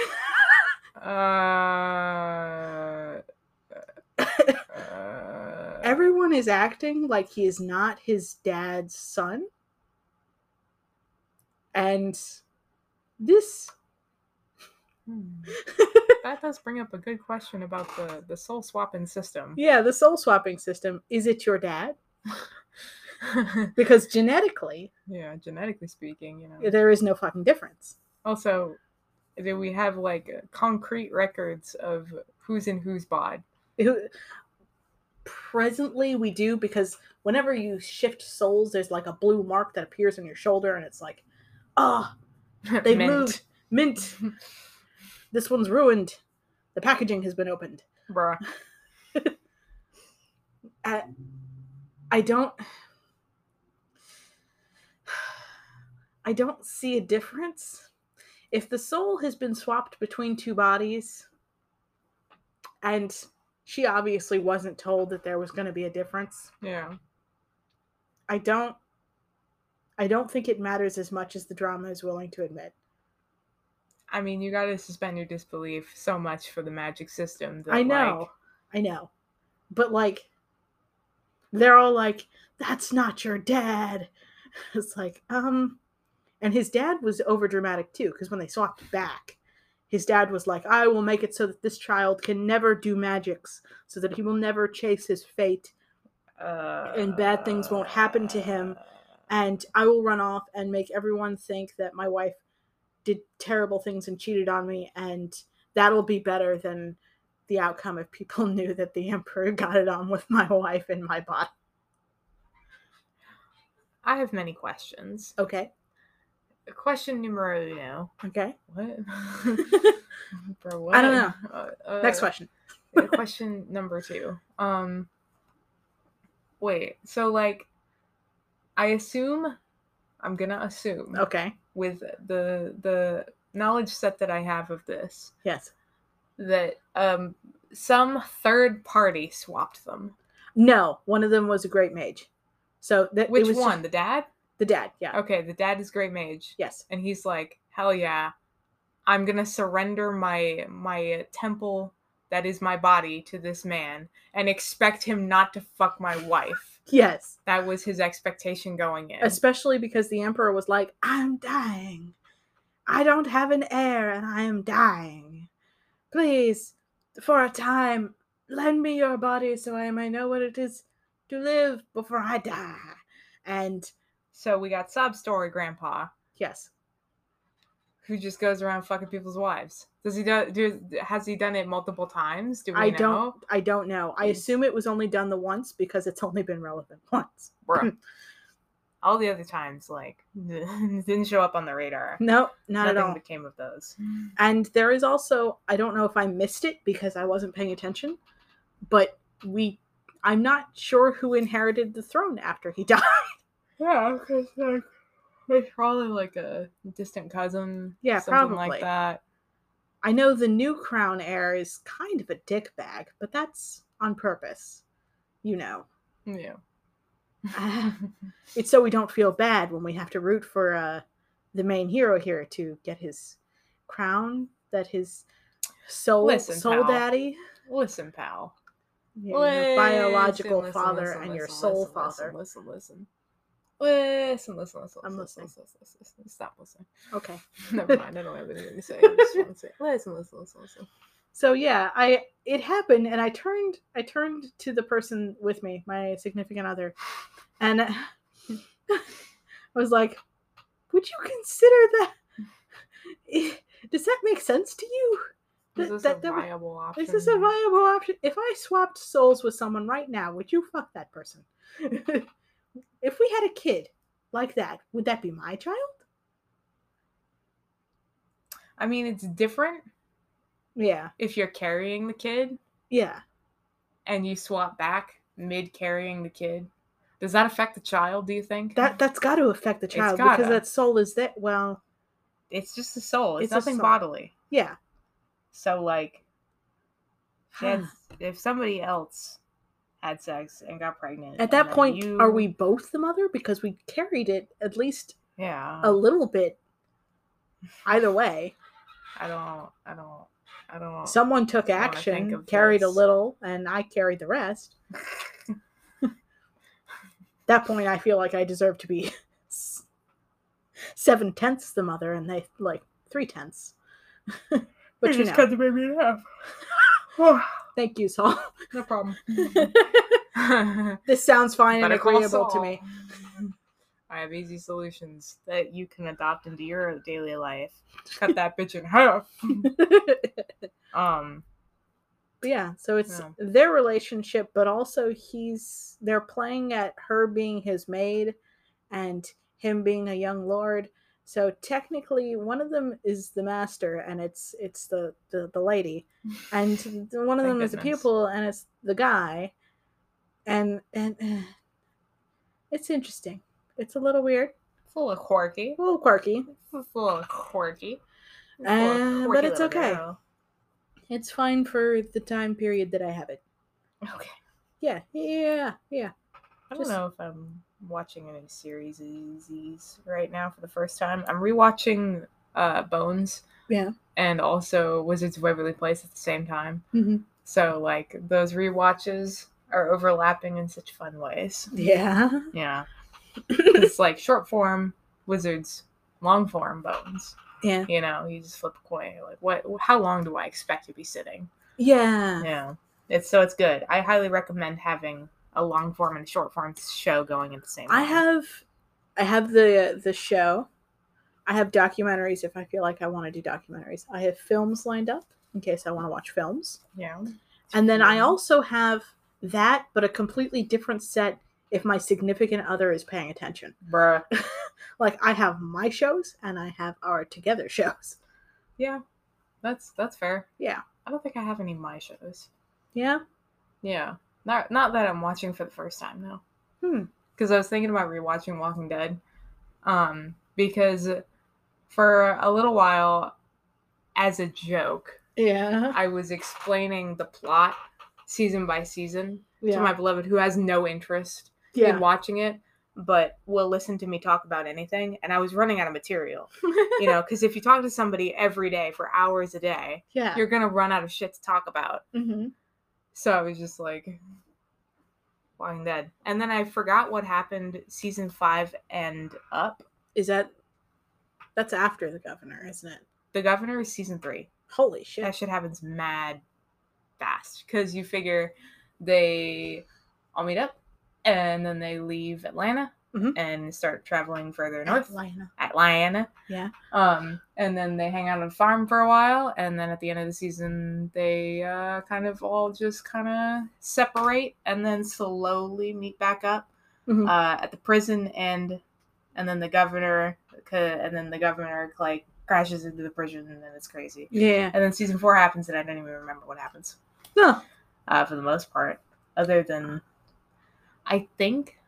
Speaker 1: Uh, uh,
Speaker 2: Everyone is acting like he is not his dad's son. And this.
Speaker 1: hmm. that does bring up a good question about the the soul swapping system.
Speaker 2: Yeah, the soul swapping system. Is it your dad? Because genetically,
Speaker 1: yeah, genetically speaking, you know.
Speaker 2: there is no fucking difference.
Speaker 1: Also, then we have like concrete records of who's in whose bod.
Speaker 2: It- presently we do because whenever you shift souls, there's like a blue mark that appears on your shoulder, and it's like, ah, they
Speaker 1: Mint.
Speaker 2: moved mint. This one's ruined. The packaging has been opened.
Speaker 1: Bruh.
Speaker 2: I don't. I don't see a difference. If the soul has been swapped between two bodies, and she obviously wasn't told that there was going to be a difference,
Speaker 1: Yeah.
Speaker 2: I don't I don't think it matters as much as the drama is willing to admit.
Speaker 1: I mean, you gotta suspend your disbelief so much for the magic system. That,
Speaker 2: I
Speaker 1: like,
Speaker 2: know. I know. But like they're all like that's not your dad. It's like um and his dad was over dramatic too cuz when they swapped back his dad was like I will make it so that this child can never do magics so that he will never chase his fate
Speaker 1: uh,
Speaker 2: and bad things won't happen to him. and I will run off and make everyone think that my wife did terrible things and cheated on me, and that'll be better than the outcome if people knew that the emperor got it on with my wife and my body.
Speaker 1: I have many questions.
Speaker 2: Okay,
Speaker 1: Question numero uno.
Speaker 2: okay.
Speaker 1: What? For what?
Speaker 2: I don't know.
Speaker 1: Uh,
Speaker 2: Next
Speaker 1: uh,
Speaker 2: question.
Speaker 1: uh, question number two. Um, wait. So like, I assume, I'm gonna assume
Speaker 2: Okay.
Speaker 1: with the the knowledge set that I have of this
Speaker 2: Yes.
Speaker 1: that um some third party swapped them.
Speaker 2: No. One of them was a great mage. So that it
Speaker 1: Which
Speaker 2: was just-
Speaker 1: one? The dad?
Speaker 2: the dad. Yeah.
Speaker 1: Okay, the dad is great mage,
Speaker 2: Yes.
Speaker 1: and he's like, hell yeah, I'm gonna surrender my my uh, temple that is my body to this man and expect him not to fuck my wife.
Speaker 2: Yes.
Speaker 1: That was his expectation going in.
Speaker 2: Especially because the emperor was like, "I'm dying. I don't have an heir, and I am dying. Please, for a time, lend me your body so I may know what it is to live before I die." And
Speaker 1: so we got sob story grandpa
Speaker 2: yes,
Speaker 1: who just goes around fucking people's wives. Does he do, do has he done it multiple times? Do we
Speaker 2: I
Speaker 1: know?
Speaker 2: don't. I don't know. I
Speaker 1: Yes.
Speaker 2: assume it was only done the once because it's only been relevant once.
Speaker 1: Bruh. All the other times, like, didn't show up on the radar.
Speaker 2: No, not
Speaker 1: Nothing
Speaker 2: at all.
Speaker 1: became of those.
Speaker 2: And there is also, I don't know if I missed it because I wasn't paying attention, but we, I'm not sure who inherited the throne after he died.
Speaker 1: Yeah, because like it's probably like a distant cousin.
Speaker 2: Yeah,
Speaker 1: something like
Speaker 2: probably.
Speaker 1: that.
Speaker 2: I know the new crown heir is kind of a dickbag, but that's on purpose, you know.
Speaker 1: Yeah.
Speaker 2: it's so we don't feel bad when we have to root for uh, the main hero here to get his crown that his soul,
Speaker 1: Listen,
Speaker 2: soul
Speaker 1: pal.
Speaker 2: daddy,
Speaker 1: listen, pal.
Speaker 2: your biological
Speaker 1: Listen, listen,
Speaker 2: father
Speaker 1: listen,
Speaker 2: and your
Speaker 1: listen,
Speaker 2: soul
Speaker 1: listen,
Speaker 2: father.
Speaker 1: Listen, listen, listen. Listen, listen, listen.
Speaker 2: I'm
Speaker 1: listen,
Speaker 2: listening.
Speaker 1: listen, listen, listen. Stop listening.
Speaker 2: Okay.
Speaker 1: Never mind. I don't have anything to say. I just want to say, listen, listen, listen, listen.
Speaker 2: so yeah i it happened and i turned i turned to the person with me my significant other and i was like would you consider that i- does that make sense to you
Speaker 1: Is
Speaker 2: Th-
Speaker 1: this
Speaker 2: that-
Speaker 1: a
Speaker 2: that would-
Speaker 1: viable option?
Speaker 2: is this a viable option if i swapped souls with someone right now would you fuck that person if we had a kid like that would that be my child
Speaker 1: I mean, it's different
Speaker 2: yeah
Speaker 1: if you're carrying the kid
Speaker 2: yeah
Speaker 1: and you swap back mid carrying the kid. Does that affect the child? Do you think
Speaker 2: that that's got to affect the
Speaker 1: It's
Speaker 2: child
Speaker 1: gotta.
Speaker 2: because that soul is that well
Speaker 1: it's just the soul. It's,
Speaker 2: It's a
Speaker 1: nothing
Speaker 2: soul.
Speaker 1: bodily.
Speaker 2: yeah
Speaker 1: So like, that's, if somebody else had sex and got pregnant,
Speaker 2: At
Speaker 1: and
Speaker 2: that
Speaker 1: then
Speaker 2: point,
Speaker 1: Uh, you-
Speaker 2: are we both the mother? Because we carried it at least
Speaker 1: Yeah,
Speaker 2: a little bit either way.
Speaker 1: I don't, I don't, I don't.
Speaker 2: Someone took
Speaker 1: uh, I wanna think
Speaker 2: action,
Speaker 1: of
Speaker 2: carried a
Speaker 1: this.
Speaker 2: little, and I carried the rest. that point, I feel like I deserve to be s- seven tenths the mother, and they like three tenths. but you know,
Speaker 1: the baby in half. Oh,
Speaker 2: thank you, Saul.
Speaker 1: no problem.
Speaker 2: this sounds fine and
Speaker 1: Better call
Speaker 2: agreeable to
Speaker 1: Saul.
Speaker 2: me.
Speaker 1: I have easy solutions that you can adopt into your daily life. Cut that bitch in half. Um,
Speaker 2: But yeah, so it's
Speaker 1: Yeah.
Speaker 2: their relationship, but also he's they're playing at her being his maid and him being a young lord. So technically one of them is the master and it's it's the the, the lady. And th- one of
Speaker 1: Thank
Speaker 2: them is a
Speaker 1: goodness.
Speaker 2: pupil and it's the guy. And and eh, it's interesting. It's a little weird,
Speaker 1: full of quirky,
Speaker 2: a little quirky.
Speaker 1: full of quirky. Full
Speaker 2: Uh, but it's
Speaker 1: little
Speaker 2: okay.
Speaker 1: girl.
Speaker 2: It's fine for the time period that I have it.
Speaker 1: Okay.
Speaker 2: Yeah, yeah, yeah.
Speaker 1: I
Speaker 2: Just-
Speaker 1: don't know if I'm watching any series right now for the first time. I'm rewatching uh, Bones.
Speaker 2: Yeah.
Speaker 1: And also Wizards of Waverly Place at the same time.
Speaker 2: hmm
Speaker 1: So like those rewatches are overlapping in such fun ways.
Speaker 2: Yeah.
Speaker 1: Yeah. it's like short form Wizards, long form Bones.
Speaker 2: Yeah.
Speaker 1: You know, you just flip a coin. You're Like what? How long do I expect to be sitting?
Speaker 2: Yeah.
Speaker 1: Yeah. It's so it's good. I highly recommend having a long form and short form show going at the same.
Speaker 2: I
Speaker 1: time.
Speaker 2: have I have the the show. I have documentaries if I feel like I want to do documentaries. I have films lined up in case I want to watch films.
Speaker 1: Yeah.
Speaker 2: And then I
Speaker 1: Yeah.
Speaker 2: also have that but a completely different set if my significant other is paying attention.
Speaker 1: Bruh.
Speaker 2: Like I have my shows and I have our together shows.
Speaker 1: Yeah. That's that's fair.
Speaker 2: Yeah.
Speaker 1: I don't think I have any of my shows.
Speaker 2: Yeah.
Speaker 1: Yeah. Not not that I'm watching for the first time though.
Speaker 2: Hmm.
Speaker 1: Because I was thinking about rewatching Walking Dead. Um, because for a little while, as a joke,
Speaker 2: Yeah.
Speaker 1: I was explaining the plot season by season
Speaker 2: Yeah.
Speaker 1: to my beloved who has no interest in
Speaker 2: yeah.
Speaker 1: watching it, but will listen to me talk about anything. And I was running out of material. you know, because if you talk to somebody every day for hours a day,
Speaker 2: yeah.
Speaker 1: you're gonna run out of shit to talk about.
Speaker 2: hmm
Speaker 1: So I was just like, Walking Dead, and then I forgot what happened season five and up.
Speaker 2: Is that that's after the governor, isn't it?
Speaker 1: The Governor is season three.
Speaker 2: Holy shit.
Speaker 1: That shit happens mad fast because you figure they all meet up and then they leave Atlanta
Speaker 2: Mhm.
Speaker 1: and start traveling further north.
Speaker 2: Atlanta.
Speaker 1: Atlanta.
Speaker 2: Yeah.
Speaker 1: Um, and then they hang out on a farm for a while, and then at the end of the season, they uh, kind of all just kind of separate, and then slowly meet back up
Speaker 2: Mhm.
Speaker 1: uh, at the prison end, and then the governor, ca- and then the governor like crashes into the prison, and then it's crazy.
Speaker 2: Yeah.
Speaker 1: And then season four happens, and I don't even remember what happens
Speaker 2: No.
Speaker 1: uh, for the most part, other than I think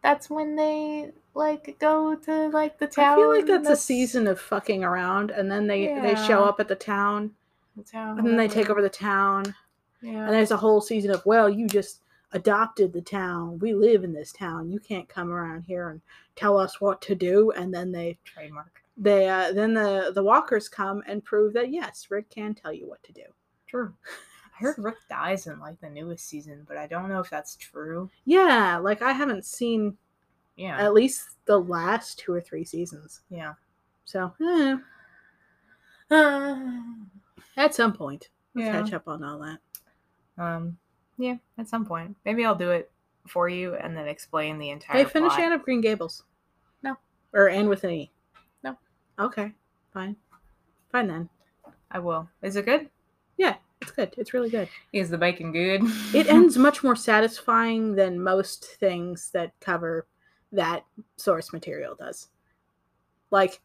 Speaker 1: that's when they like go to like the town.
Speaker 2: I feel like that's, a season of fucking around, and then they they show
Speaker 1: Yeah. Uh-huh.
Speaker 2: up at the town,
Speaker 1: The town,
Speaker 2: and then they take
Speaker 1: whatever.
Speaker 2: over the town,
Speaker 1: Yeah.
Speaker 2: and there's a whole season of well, you just adopted the town. We live in this town. You can't come around here and tell us what to do. And then they
Speaker 1: trademark.
Speaker 2: they uh, then the the walkers come and prove that yes, Rick can tell you what to do.
Speaker 1: True. I heard Rick dies in like the newest season, but I don't know if that's true.
Speaker 2: Yeah, like I haven't seen
Speaker 1: Yeah.
Speaker 2: at least the last two or three seasons.
Speaker 1: yeah.
Speaker 2: So eh, at some point, we'll
Speaker 1: yeah.
Speaker 2: catch up on all that.
Speaker 1: Um. Yeah. At some point, maybe I'll do it for you and then explain the entire.
Speaker 2: They finish
Speaker 1: plot.
Speaker 2: Anne of Green Gables.
Speaker 1: No.
Speaker 2: Or Anne with an E.
Speaker 1: No.
Speaker 2: Okay. Fine. Fine then.
Speaker 1: I will. Is it good?
Speaker 2: It's good. It's really good.
Speaker 1: Is the bacon good?
Speaker 2: It ends much more satisfying than most things that cover that source material does. Like,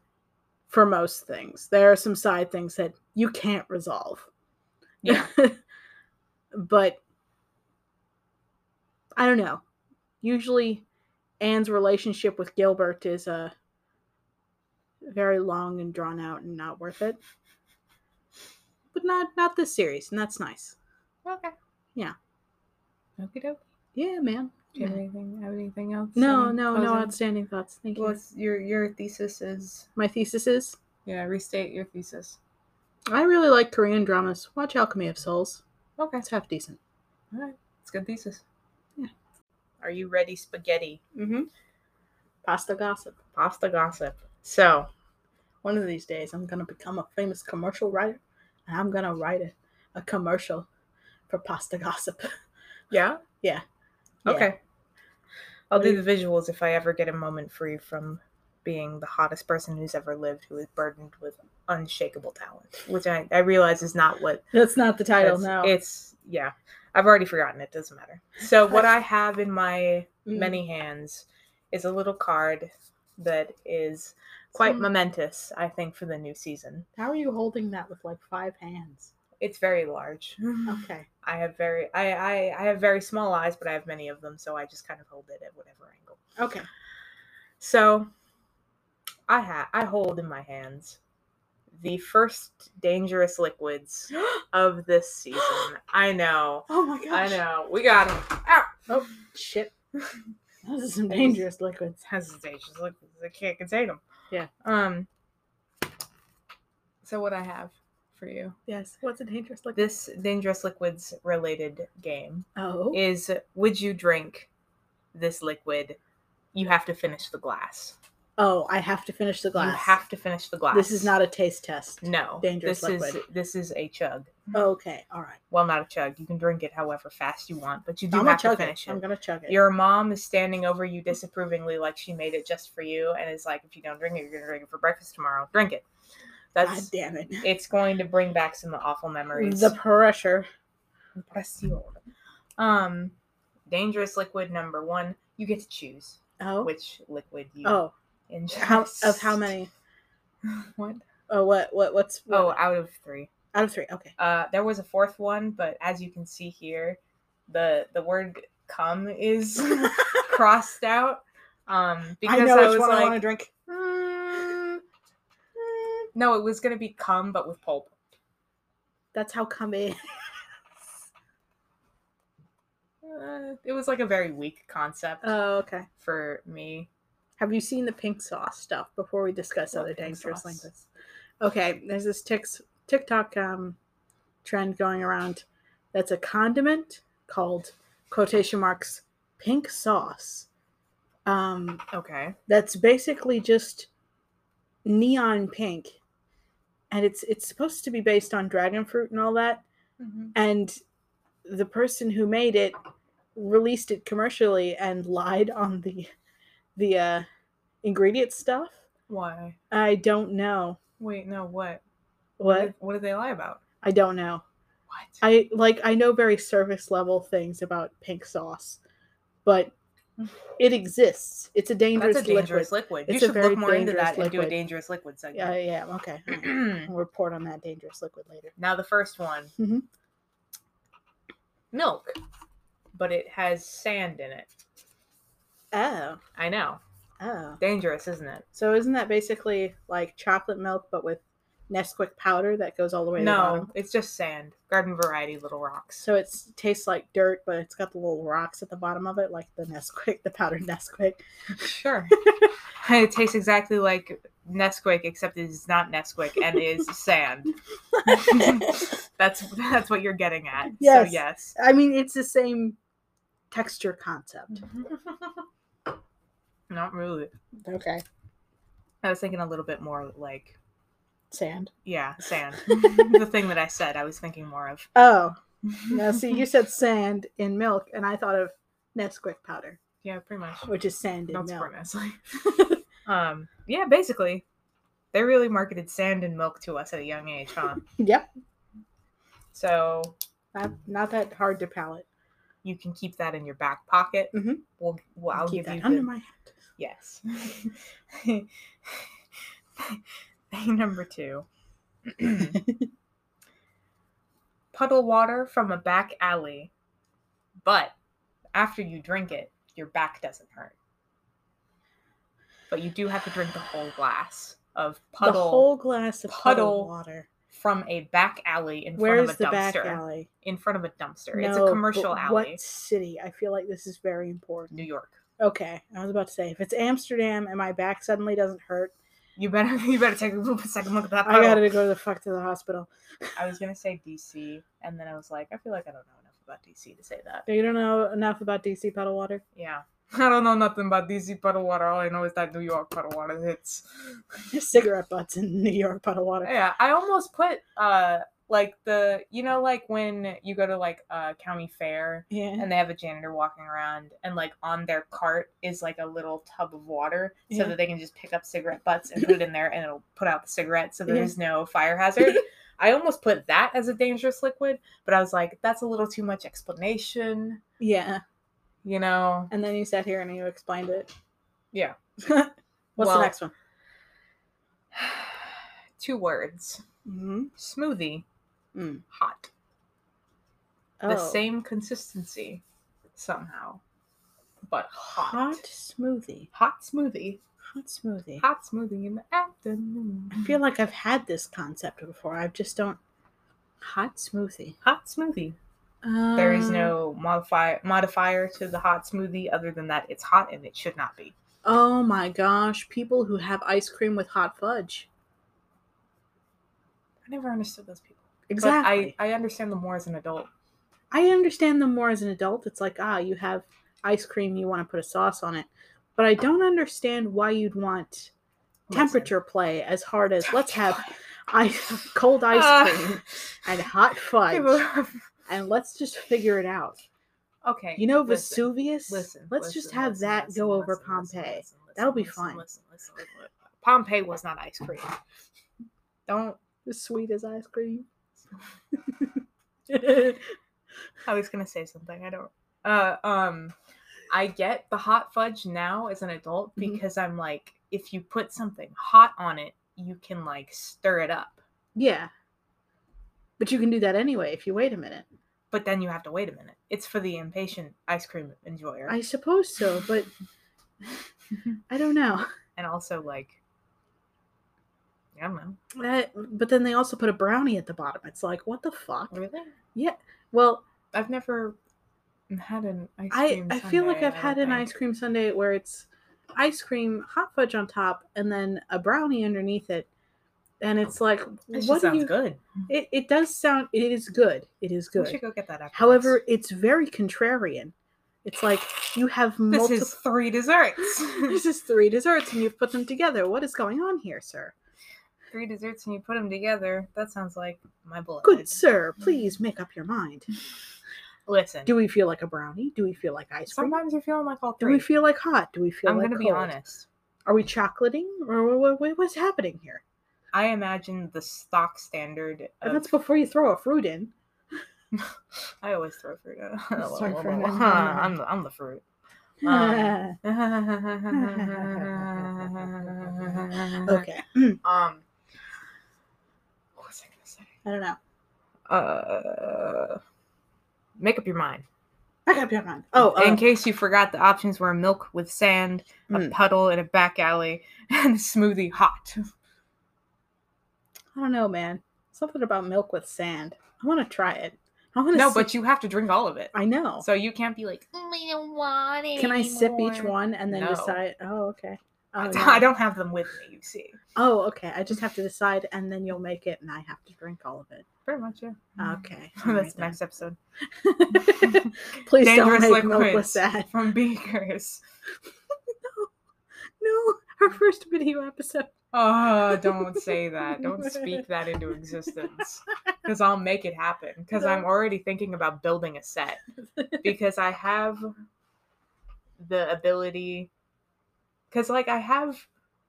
Speaker 2: for most things, there are some side things that you can't resolve.
Speaker 1: yeah.
Speaker 2: but I don't know. Usually, Anne's relationship with Gilbert is uh, very long and drawn out and not worth it. But not not this series, and that's nice.
Speaker 1: Okay.
Speaker 2: Yeah.
Speaker 1: Okie doke.
Speaker 2: Yeah, man.
Speaker 1: Do you have anything, have anything else?
Speaker 2: No,
Speaker 1: Any
Speaker 2: no, no
Speaker 1: closing-
Speaker 2: outstanding thoughts. Thank you.
Speaker 1: What's your your thesis is?
Speaker 2: My thesis is
Speaker 1: Yeah, restate your thesis.
Speaker 2: I really like Korean dramas. Watch Alchemy of Souls.
Speaker 1: Okay,
Speaker 2: That's half decent.
Speaker 1: all right, it's a good thesis.
Speaker 2: Yeah.
Speaker 1: Are you ready, spaghetti?
Speaker 2: Mm-hmm. Pasta gossip.
Speaker 1: Pasta gossip. So,
Speaker 2: one of these days I'm gonna become a famous commercial writer and I'm gonna write a, a commercial for pasta gossip.
Speaker 1: yeah,
Speaker 2: Yeah. Yeah.
Speaker 1: okay. I'll
Speaker 2: What
Speaker 1: do
Speaker 2: do
Speaker 1: the visuals if I ever get a moment free from being the hottest person who's ever lived who is burdened with unshakable talent, which I, I realize is not what
Speaker 2: That's not the title
Speaker 1: it's,
Speaker 2: now.
Speaker 1: it's yeah. I've already forgotten it, doesn't matter. So what I have in my
Speaker 2: Mm. Mm-hmm.
Speaker 1: many hands is a little card that is quite
Speaker 2: Some-
Speaker 1: momentous, I think, for the new season.
Speaker 2: How are you holding that with like five hands?
Speaker 1: It's very large.
Speaker 2: Okay.
Speaker 1: I have very I, I I have very small eyes, but I have many of them, so I just kind of hold it at whatever angle.
Speaker 2: Okay.
Speaker 1: So I ha- I hold in my hands the first dangerous liquids of this season. I know.
Speaker 2: Oh my gosh.
Speaker 1: I know. We got it. Ow!
Speaker 2: Oh shit. Those are some
Speaker 1: I just-
Speaker 2: dangerous liquids.
Speaker 1: It's dangerous liquids. I can't contain them.
Speaker 2: Yeah.
Speaker 1: Um. So what I have for you
Speaker 2: Yes. What's a dangerous liquid?
Speaker 1: this dangerous liquids related game
Speaker 2: Oh.
Speaker 1: is would you drink this liquid? You have to finish the glass.
Speaker 2: oh, I have to finish the glass.
Speaker 1: You have to finish the glass.
Speaker 2: This is not a taste test.
Speaker 1: no
Speaker 2: dangerous
Speaker 1: This is
Speaker 2: liquid.
Speaker 1: this is a chug.
Speaker 2: Okay. All right.
Speaker 1: well, not a chug. You can drink it however fast you want, but you do
Speaker 2: I'm gonna
Speaker 1: have to
Speaker 2: chug
Speaker 1: finish
Speaker 2: it.
Speaker 1: it.
Speaker 2: I'm gonna chug it.
Speaker 1: Your mom is standing over you disapprovingly, like she made it just for you, and is like, if you don't drink it, you're gonna drink it for breakfast tomorrow. Drink it.
Speaker 2: God
Speaker 1: That's
Speaker 2: damn it.
Speaker 1: it's going to bring back some awful memories.
Speaker 2: The pressure.
Speaker 1: Presión. Um, dangerous liquid number one. You get to choose
Speaker 2: Oh.
Speaker 1: which liquid you
Speaker 2: Oh.
Speaker 1: ingest.
Speaker 2: How of how many?
Speaker 1: What?
Speaker 2: Oh, what? What? What's? what-
Speaker 1: Oh, out of three.
Speaker 2: out of three. Okay.
Speaker 1: Uh, there was a fourth one, but as you can see here, the the word "come" is crossed out um, because
Speaker 2: I
Speaker 1: I,
Speaker 2: know
Speaker 1: was
Speaker 2: which one I want to
Speaker 1: like,
Speaker 2: drink.
Speaker 1: "Mm, mm." no, it was gonna be "come" but with pulp.
Speaker 2: That's how come it.
Speaker 1: Uh, it was like a very weak concept
Speaker 2: Oh, okay.
Speaker 1: for me.
Speaker 2: Have you seen the pink sauce stuff before we discuss
Speaker 1: What
Speaker 2: other
Speaker 1: pink
Speaker 2: dangerous
Speaker 1: sauce?
Speaker 2: languages? Okay, there's this tics, TikTok um, trend going around that's a condiment called quotation marks pink sauce. Um,
Speaker 1: Okay,
Speaker 2: that's basically just neon pink, and it's it's supposed to be based on dragon fruit and all that.
Speaker 1: Mm-hmm.
Speaker 2: And the person who made it released it commercially and lied on the the uh, ingredient stuff.
Speaker 1: why?
Speaker 2: I don't know.
Speaker 1: Wait, no, what?
Speaker 2: What?
Speaker 1: did- What did they lie about?
Speaker 2: I don't know.
Speaker 1: What?
Speaker 2: I like I know very surface level things about pink sauce, but it exists. It's a dangerous,
Speaker 1: That's a dangerous
Speaker 2: liquid.
Speaker 1: liquid.
Speaker 2: It's a
Speaker 1: you should
Speaker 2: very
Speaker 1: look more into
Speaker 2: dangerous
Speaker 1: that and do a
Speaker 2: liquid.
Speaker 1: dangerous liquid segment.
Speaker 2: Yeah, yeah, okay. all right. We'll report on that dangerous liquid later.
Speaker 1: Now the first one.
Speaker 2: Mhm.
Speaker 1: Milk, but it has sand in it.
Speaker 2: Oh,
Speaker 1: I know.
Speaker 2: oh.
Speaker 1: Dangerous, isn't it?
Speaker 2: So isn't that basically like chocolate milk but with Nesquik powder that goes all the way to the
Speaker 1: no,
Speaker 2: bottom?
Speaker 1: it's just sand. Garden variety little rocks.
Speaker 2: So it tastes like dirt, but it's got the little rocks at the bottom of it, like the Nesquik, the powdered Nesquik.
Speaker 1: Sure. it tastes exactly like Nesquik, except it is not Nesquik and is sand. that's that's what you're getting at.
Speaker 2: Yes.
Speaker 1: So yes.
Speaker 2: I mean, it's the same texture concept.
Speaker 1: not really.
Speaker 2: Okay.
Speaker 1: I was thinking a little bit more like
Speaker 2: Sand.
Speaker 1: yeah, sand. the thing that I said, I was thinking more of.
Speaker 2: Oh, now see, you said sand in milk, and I thought of Nesquik powder,
Speaker 1: yeah, pretty much.
Speaker 2: which is sand in
Speaker 1: Not
Speaker 2: milk.
Speaker 1: support Nestle. um, yeah, basically, they really marketed sand and milk to us at a young age, huh?
Speaker 2: Yep.
Speaker 1: so
Speaker 2: Not, not that hard to palate.
Speaker 1: you can keep that in your back pocket.
Speaker 2: Mhm.
Speaker 1: We'll, well, I'll
Speaker 2: Keep
Speaker 1: give you
Speaker 2: that under
Speaker 1: the-
Speaker 2: my hand.
Speaker 1: yes. Thing number two. Puddle water from a back alley, but after you drink it, your back doesn't hurt. But you do have to drink the whole glass of puddle
Speaker 2: the whole glass of puddle
Speaker 1: puddle
Speaker 2: water.
Speaker 1: from a back alley in
Speaker 2: Where
Speaker 1: front of
Speaker 2: is
Speaker 1: a
Speaker 2: the back
Speaker 1: dumpster.
Speaker 2: alley?
Speaker 1: In front of a dumpster. it's a
Speaker 2: but
Speaker 1: commercial alley.
Speaker 2: What city? I feel like this is very important.
Speaker 1: New York.
Speaker 2: Okay, I was about to say if it's Amsterdam and my back suddenly doesn't hurt,
Speaker 1: You better you better take a little second look at that.
Speaker 2: I
Speaker 1: puddle.
Speaker 2: gotta go the fuck to the hospital.
Speaker 1: I was gonna say DC, and then I was like, I feel like I don't know enough about DC to say that.
Speaker 2: You don't know enough about DC puddle water.
Speaker 1: Yeah. I don't know nothing about DC puddle water. All I know is that New York puddle water hits.
Speaker 2: There's cigarette butts in New York puddle water.
Speaker 1: Yeah, I almost put uh like the you know like when you go to like a county fair
Speaker 2: Yeah.
Speaker 1: and they have a janitor walking around and like on their cart is like a little tub of water
Speaker 2: Yeah.
Speaker 1: so that they can just pick up cigarette butts and put it in there and it'll put out the cigarette so
Speaker 2: Yeah.
Speaker 1: there's no fire hazard. I almost put that as a dangerous liquid, but I was like, that's a little too much explanation,
Speaker 2: Yeah.
Speaker 1: you know.
Speaker 2: And then you sat here and you explained it.
Speaker 1: Yeah.
Speaker 2: What's
Speaker 1: Well-
Speaker 2: the next one?
Speaker 1: Two words.
Speaker 2: Mm-hmm.
Speaker 1: Smoothie.
Speaker 2: Mm.
Speaker 1: Hot. The
Speaker 2: Oh,
Speaker 1: same consistency somehow. But hot.
Speaker 2: hot smoothie.
Speaker 1: Hot smoothie.
Speaker 2: Hot smoothie.
Speaker 1: Hot smoothie in the afternoon.
Speaker 2: I feel like I've had this concept before. I just don't. Hot smoothie.
Speaker 1: hot smoothie. There is
Speaker 2: Um,
Speaker 1: no modify modifier to the hot smoothie other than that it's hot and it should not be.
Speaker 2: Oh my gosh! People who have ice cream with hot fudge.
Speaker 1: I never understood those people. But
Speaker 2: Exactly.
Speaker 1: I, I understand them more as an adult.
Speaker 2: I, understand them more as an adult. It's like ah, you have ice cream. You want to put a sauce on it, but I don't understand why you'd want temperature play as hard as let's have ice cold ice
Speaker 1: Ah.
Speaker 2: cream and hot fudge
Speaker 1: People-
Speaker 2: and let's just figure it out.
Speaker 1: okay.
Speaker 2: You know
Speaker 1: listen,
Speaker 2: Vesuvius.
Speaker 1: Listen.
Speaker 2: let's
Speaker 1: listen,
Speaker 2: just have
Speaker 1: listen,
Speaker 2: that
Speaker 1: listen,
Speaker 2: go over
Speaker 1: listen, listen,
Speaker 2: Pompeii.
Speaker 1: listen, listen,
Speaker 2: That'll be
Speaker 1: listen,
Speaker 2: fine.
Speaker 1: Listen, listen, listen. Pompeii was not ice cream. Don't.
Speaker 2: As sweet as ice cream.
Speaker 1: I was gonna say something. I don't. Uh, um, I get the hot fudge now as an adult
Speaker 2: Mhm.
Speaker 1: because I'm like, if you put something hot on it, you can like stir it up.
Speaker 2: yeah. But you can do that anyway if you wait a minute.
Speaker 1: but then you have to wait a minute. It's for the impatient ice cream enjoyer.
Speaker 2: I suppose so, but I don't know.
Speaker 1: and also, like, I don't know.
Speaker 2: That- but then they also put a brownie at the bottom. It's like, what the fuck?
Speaker 1: Really?
Speaker 2: Well,
Speaker 1: I've never had an ice
Speaker 2: I,
Speaker 1: cream.
Speaker 2: I feel like
Speaker 1: sundae,
Speaker 2: I've
Speaker 1: I
Speaker 2: had
Speaker 1: don't
Speaker 2: an
Speaker 1: think.
Speaker 2: ice cream sundae where it's ice cream, hot fudge on top, and then a brownie underneath it. And it's like,
Speaker 1: That
Speaker 2: what
Speaker 1: just
Speaker 2: do
Speaker 1: sounds
Speaker 2: you?
Speaker 1: good.
Speaker 2: It, it does sound. It is good. It is
Speaker 1: We should
Speaker 2: good.
Speaker 1: go get that. Afterwards.
Speaker 2: However, it's very contrarian. It's like you have
Speaker 1: this
Speaker 2: multiple.
Speaker 1: is three desserts.
Speaker 2: this is three desserts, and you've put them together. What is going on here, sir?
Speaker 1: three desserts, and you put them together. That sounds like my blood.
Speaker 2: Good sir, please make up your mind.
Speaker 1: Listen.
Speaker 2: Do we feel like a brownie? Do we feel like ice cream?
Speaker 1: sometimes you're feeling like all
Speaker 2: Do
Speaker 1: three.
Speaker 2: we feel like hot? Do we feel
Speaker 1: I'm
Speaker 2: like
Speaker 1: gonna be
Speaker 2: cold?
Speaker 1: honest.
Speaker 2: Are we chocolating or what, what's happening here?
Speaker 1: I imagine the stock standard.
Speaker 2: And
Speaker 1: Of,
Speaker 2: that's before you throw a fruit in.
Speaker 1: I always throw fruit. out.
Speaker 2: Sorry for that.
Speaker 1: I'm the, I'm the fruit. Um, okay.
Speaker 2: okay,
Speaker 1: Um. What was I gonna say?
Speaker 2: I don't know.
Speaker 1: Uh. Make up your mind.
Speaker 2: Make up your mind. Oh, uh,
Speaker 1: in case you forgot, the options were milk with sand, a
Speaker 2: Mm.
Speaker 1: puddle in a back alley, and a smoothie hot.
Speaker 2: I don't know, man. Something about milk with sand. I want to try it. I want to.
Speaker 1: No, but you have to drink all of it,
Speaker 2: I know.
Speaker 1: so you can't be like, "Mm,
Speaker 2: Can I sip each one and then
Speaker 1: No.
Speaker 2: decide? Oh, okay. Oh,
Speaker 1: I,
Speaker 2: no.
Speaker 1: don't have them with me. You see,
Speaker 2: Oh, okay. I just have to decide, and then you'll make it, and I have to drink all of it.
Speaker 1: very much. Yeah.
Speaker 2: Okay. all
Speaker 1: Mm-hmm.
Speaker 2: right
Speaker 1: That's
Speaker 2: then.
Speaker 1: next episode
Speaker 2: Please
Speaker 1: Dangerous
Speaker 2: don't make milk with
Speaker 1: liquids.
Speaker 2: sand.
Speaker 1: from Beakers.
Speaker 2: No, our first video episode.
Speaker 1: Oh, don't say that. Don't speak that into existence. Because I'll make it happen. Because I'm already thinking about building a set. Because I have the ability. Because, like, I have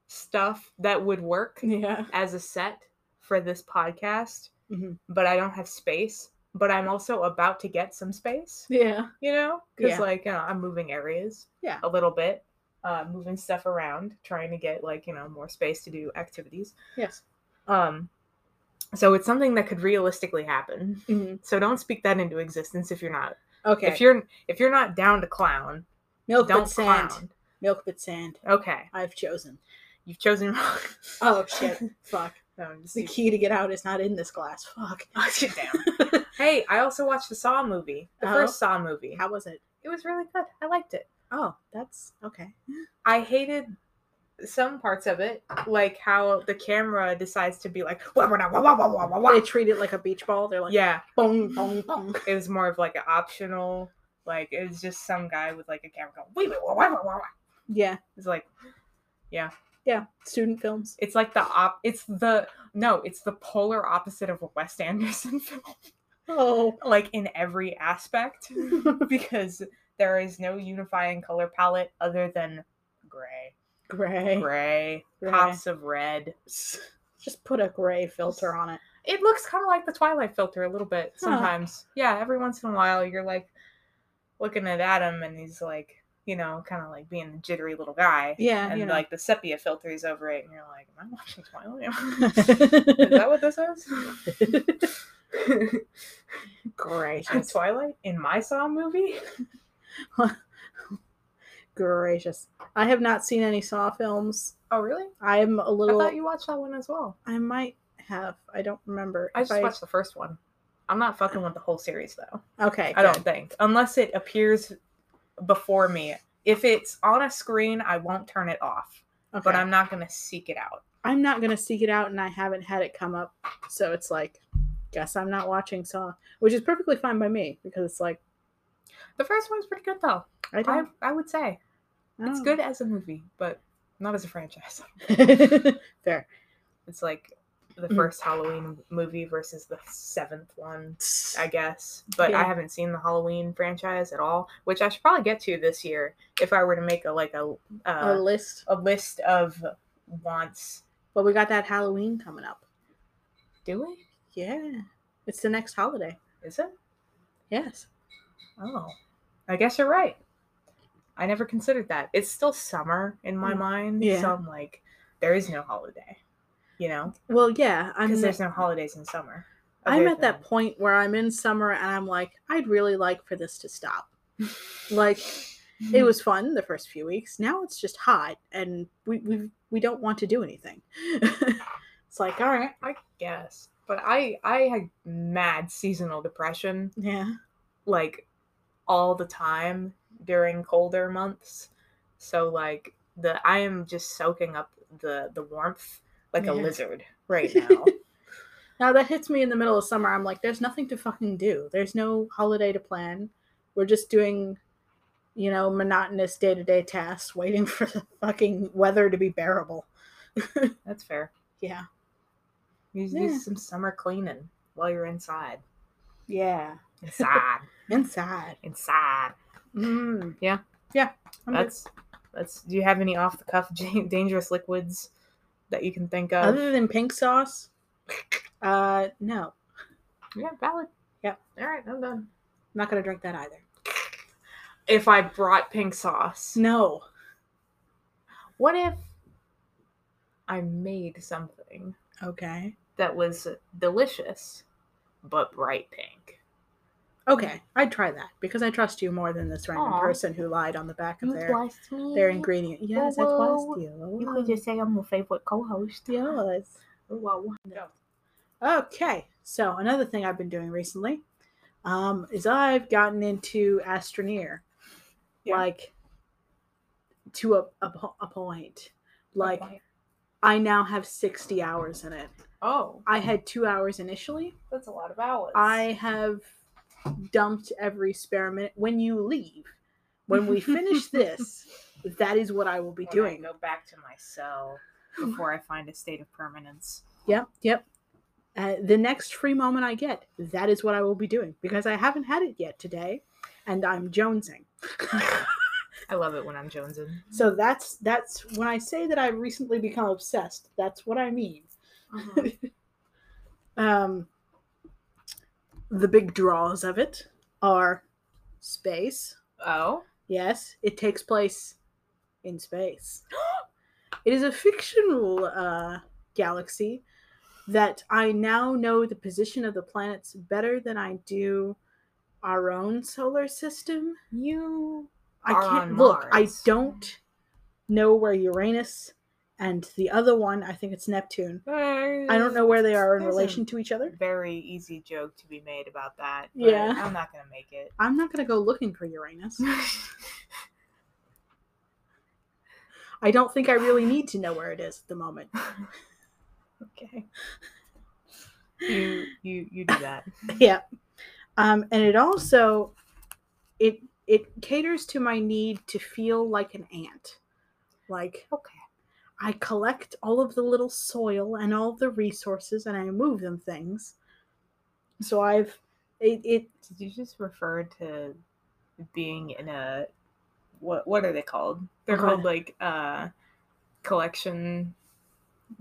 Speaker 1: stuff that would work
Speaker 2: Yeah.
Speaker 1: as a set for this podcast,
Speaker 2: Mhm.
Speaker 1: but I don't have space. But I'm also about to get some space,
Speaker 2: Yeah.
Speaker 1: you know? Because,
Speaker 2: Yeah.
Speaker 1: like, you know, I'm moving areas
Speaker 2: Yeah.
Speaker 1: a little bit, uh, moving stuff around, trying to get, like, you know, more space to do activities.
Speaker 2: Yes.
Speaker 1: Um, so it's something that could realistically happen.
Speaker 2: Mhm.
Speaker 1: So don't speak that into existence if you're not
Speaker 2: Okay.
Speaker 1: Mm-hmm. if you're if you're not down to clown.
Speaker 2: milk
Speaker 1: don't
Speaker 2: with sand.
Speaker 1: clown.
Speaker 2: Milk with sand.
Speaker 1: Okay,
Speaker 2: I've chosen.
Speaker 1: you've chosen wrong.
Speaker 2: Oh shit. Fuck.
Speaker 1: No, I'm just-
Speaker 2: The key to get out is not in this glass. Fuck.
Speaker 1: Oh, shit, damn. hey, I also watched the Saw movie, the
Speaker 2: Oh.
Speaker 1: first Saw movie.
Speaker 2: How was it?
Speaker 1: It was really good. I liked it.
Speaker 2: Oh, that's okay.
Speaker 1: I hated some parts of it, like how the camera decides to be like, wah, wah, wah, wah, wah, wah, wah, wah.
Speaker 2: They treat it like a beach ball. They're like,
Speaker 1: yeah,
Speaker 2: bong, bong, bong.
Speaker 1: it was more of like an optional. Like it was just some guy with like a camera going, wee, wee, wah, wah, wah, wah, wah.
Speaker 2: Yeah.
Speaker 1: It's like, yeah,
Speaker 2: Yeah, student films.
Speaker 1: It's like the op. It's the no. It's the polar opposite of a Wes Anderson film,
Speaker 2: Oh,
Speaker 1: like in every aspect, because there is no unifying color palette other than gray,
Speaker 2: gray.
Speaker 1: gray,
Speaker 2: Gray.
Speaker 1: pops of red.
Speaker 2: Just put a gray filter on it.
Speaker 1: It looks kind of like the Twilight filter a little bit
Speaker 2: Huh.
Speaker 1: sometimes. Yeah, every once in a while you're like looking at Adam and he's like, you know, kind of like being a jittery little guy.
Speaker 2: Yeah,
Speaker 1: and
Speaker 2: you know.
Speaker 1: like the sepia filter is over it, and you're like, "Am I watching Twilight? is
Speaker 2: that
Speaker 1: that what this is?
Speaker 2: gracious,
Speaker 1: Twilight in my Saw movie?
Speaker 2: gracious. I have not seen any Saw films.
Speaker 1: Oh, really?
Speaker 2: I'm a little.
Speaker 1: I thought you watched that one as well.
Speaker 2: I might have. I don't remember.
Speaker 1: I
Speaker 2: if
Speaker 1: just watched the first one. I'm not fucking with the whole series though.
Speaker 2: Okay,
Speaker 1: I don't
Speaker 2: good.
Speaker 1: think, unless it appears before me. If it's on a screen, I won't turn it off,
Speaker 2: Okay.
Speaker 1: but I'm not gonna seek it out.
Speaker 2: I'm not gonna seek it out, and I haven't had it come up, so it's like, guess I'm not watching Saw, which is perfectly fine by me because it's like
Speaker 1: The first one's pretty good though.
Speaker 2: I
Speaker 1: I
Speaker 2: don't.
Speaker 1: I would say
Speaker 2: I
Speaker 1: it's
Speaker 2: don't- oh.
Speaker 1: good as a movie, but not as a franchise.
Speaker 2: Fair.
Speaker 1: It's like the
Speaker 2: Mhm.
Speaker 1: first Halloween movie versus the seventh one, I guess. But I
Speaker 2: Yeah.
Speaker 1: haven't seen the Halloween franchise at all, which I should probably get to this year if I were to make a like a
Speaker 2: a
Speaker 1: uh,
Speaker 2: list.
Speaker 1: a list of wants.
Speaker 2: Well, we got that Halloween coming up.
Speaker 1: Do we?
Speaker 2: Yeah, it's the next holiday.
Speaker 1: Is it?
Speaker 2: Yes.
Speaker 1: Oh, I guess you're right. I never considered that. It's still summer in my
Speaker 2: Mm,
Speaker 1: mind,
Speaker 2: yeah.
Speaker 1: so I'm like, there is no holiday, you know,
Speaker 2: Well, yeah. I'm.
Speaker 1: because
Speaker 2: the-
Speaker 1: there's no holidays in summer.
Speaker 2: I'm
Speaker 1: other
Speaker 2: at that
Speaker 1: than-
Speaker 2: point where I'm in summer and I'm like, I'd really like for this to stop. like
Speaker 1: Hmm.
Speaker 2: it was fun the first few weeks. Now it's just hot and we we we don't want to do anything. it's like, all right,
Speaker 1: I guess, but I I had mad seasonal depression
Speaker 2: yeah.
Speaker 1: like all the time during colder months. So like the I am just soaking up the the warmth like
Speaker 2: Yeah.
Speaker 1: a lizard right now.
Speaker 2: Now that hits me in the middle of summer. I'm like, there's nothing to fucking do. There's no holiday to plan. We're just doing, you know, monotonous day to day tasks, waiting for the fucking weather to be bearable.
Speaker 1: That's fair.
Speaker 2: Yeah.
Speaker 1: You just
Speaker 2: Yeah.
Speaker 1: do some summer cleaning while you're inside.
Speaker 2: Yeah.
Speaker 1: Inside.
Speaker 2: Inside.
Speaker 1: inside.
Speaker 2: Mm.
Speaker 1: Yeah.
Speaker 2: Yeah. I'm good.
Speaker 1: That's that's. Do you have any off the cuff dangerous liquids that you can think of?
Speaker 2: Other than pink sauce, uh, no, I'm
Speaker 1: yeah, valid.
Speaker 2: Yep.
Speaker 1: All right, I'm done.
Speaker 2: not gonna drink that either.
Speaker 1: If I brought pink sauce,
Speaker 2: No,
Speaker 1: what if I made something
Speaker 2: okay,
Speaker 1: that was delicious but bright pink?
Speaker 2: okay, I'd try that because I trust you more than this random
Speaker 1: Aw.
Speaker 2: person who lied on the back of their
Speaker 1: blessed me.
Speaker 2: their ingredient. Yes, I
Speaker 1: Whoa.
Speaker 2: trust you.
Speaker 1: say I'm your favorite co-host. Oh,
Speaker 2: yes.
Speaker 1: Wow.
Speaker 2: Okay, so another thing I've been doing recently um, is I've gotten into Astroneer,
Speaker 1: Yeah.
Speaker 2: like to a, a po- a point. Like I now have sixty hours in it.
Speaker 1: oh,
Speaker 2: I had two hours initially.
Speaker 1: that's a lot of hours.
Speaker 2: I have dumped every spare minute. When you leave, when we finish this, that is what I will be
Speaker 1: When I
Speaker 2: doing.
Speaker 1: go back to my cell before I find a state of permanence.
Speaker 2: Yep, yep. Uh, the next free moment I get, that is what I will be doing because I haven't had it yet today, and I'm jonesing.
Speaker 1: I love it when I'm jonesing.
Speaker 2: So that's that's when I say that I've recently become obsessed. That's what I mean. Uh-huh. Um, the big draws of it are space,
Speaker 1: oh,
Speaker 2: Yes, it takes place in space. it is a fictional uh, galaxy that I now know the position of the planets better than I do our own solar system.
Speaker 1: you
Speaker 2: I
Speaker 1: Are
Speaker 2: can't
Speaker 1: on
Speaker 2: look. I
Speaker 1: Mars.
Speaker 2: don't know where Uranus and the other one, I think it's Neptune. I don't know where they are in
Speaker 1: There's a-
Speaker 2: relation to each other.
Speaker 1: Very easy joke to be made about that. but
Speaker 2: Yeah.
Speaker 1: I'm not gonna make it.
Speaker 2: I'm not going to go looking for Uranus. I don't think I really need to know where it is at the moment.
Speaker 1: okay. You you you do that.
Speaker 2: yeah um and it also it it caters to my need to feel like an ant like
Speaker 1: Okay.
Speaker 2: I collect all of the little soil and all the resources and I move them things. So I've it, it
Speaker 1: Did you just refer to being in a what what are they called? They're
Speaker 2: What?
Speaker 1: called like uh collection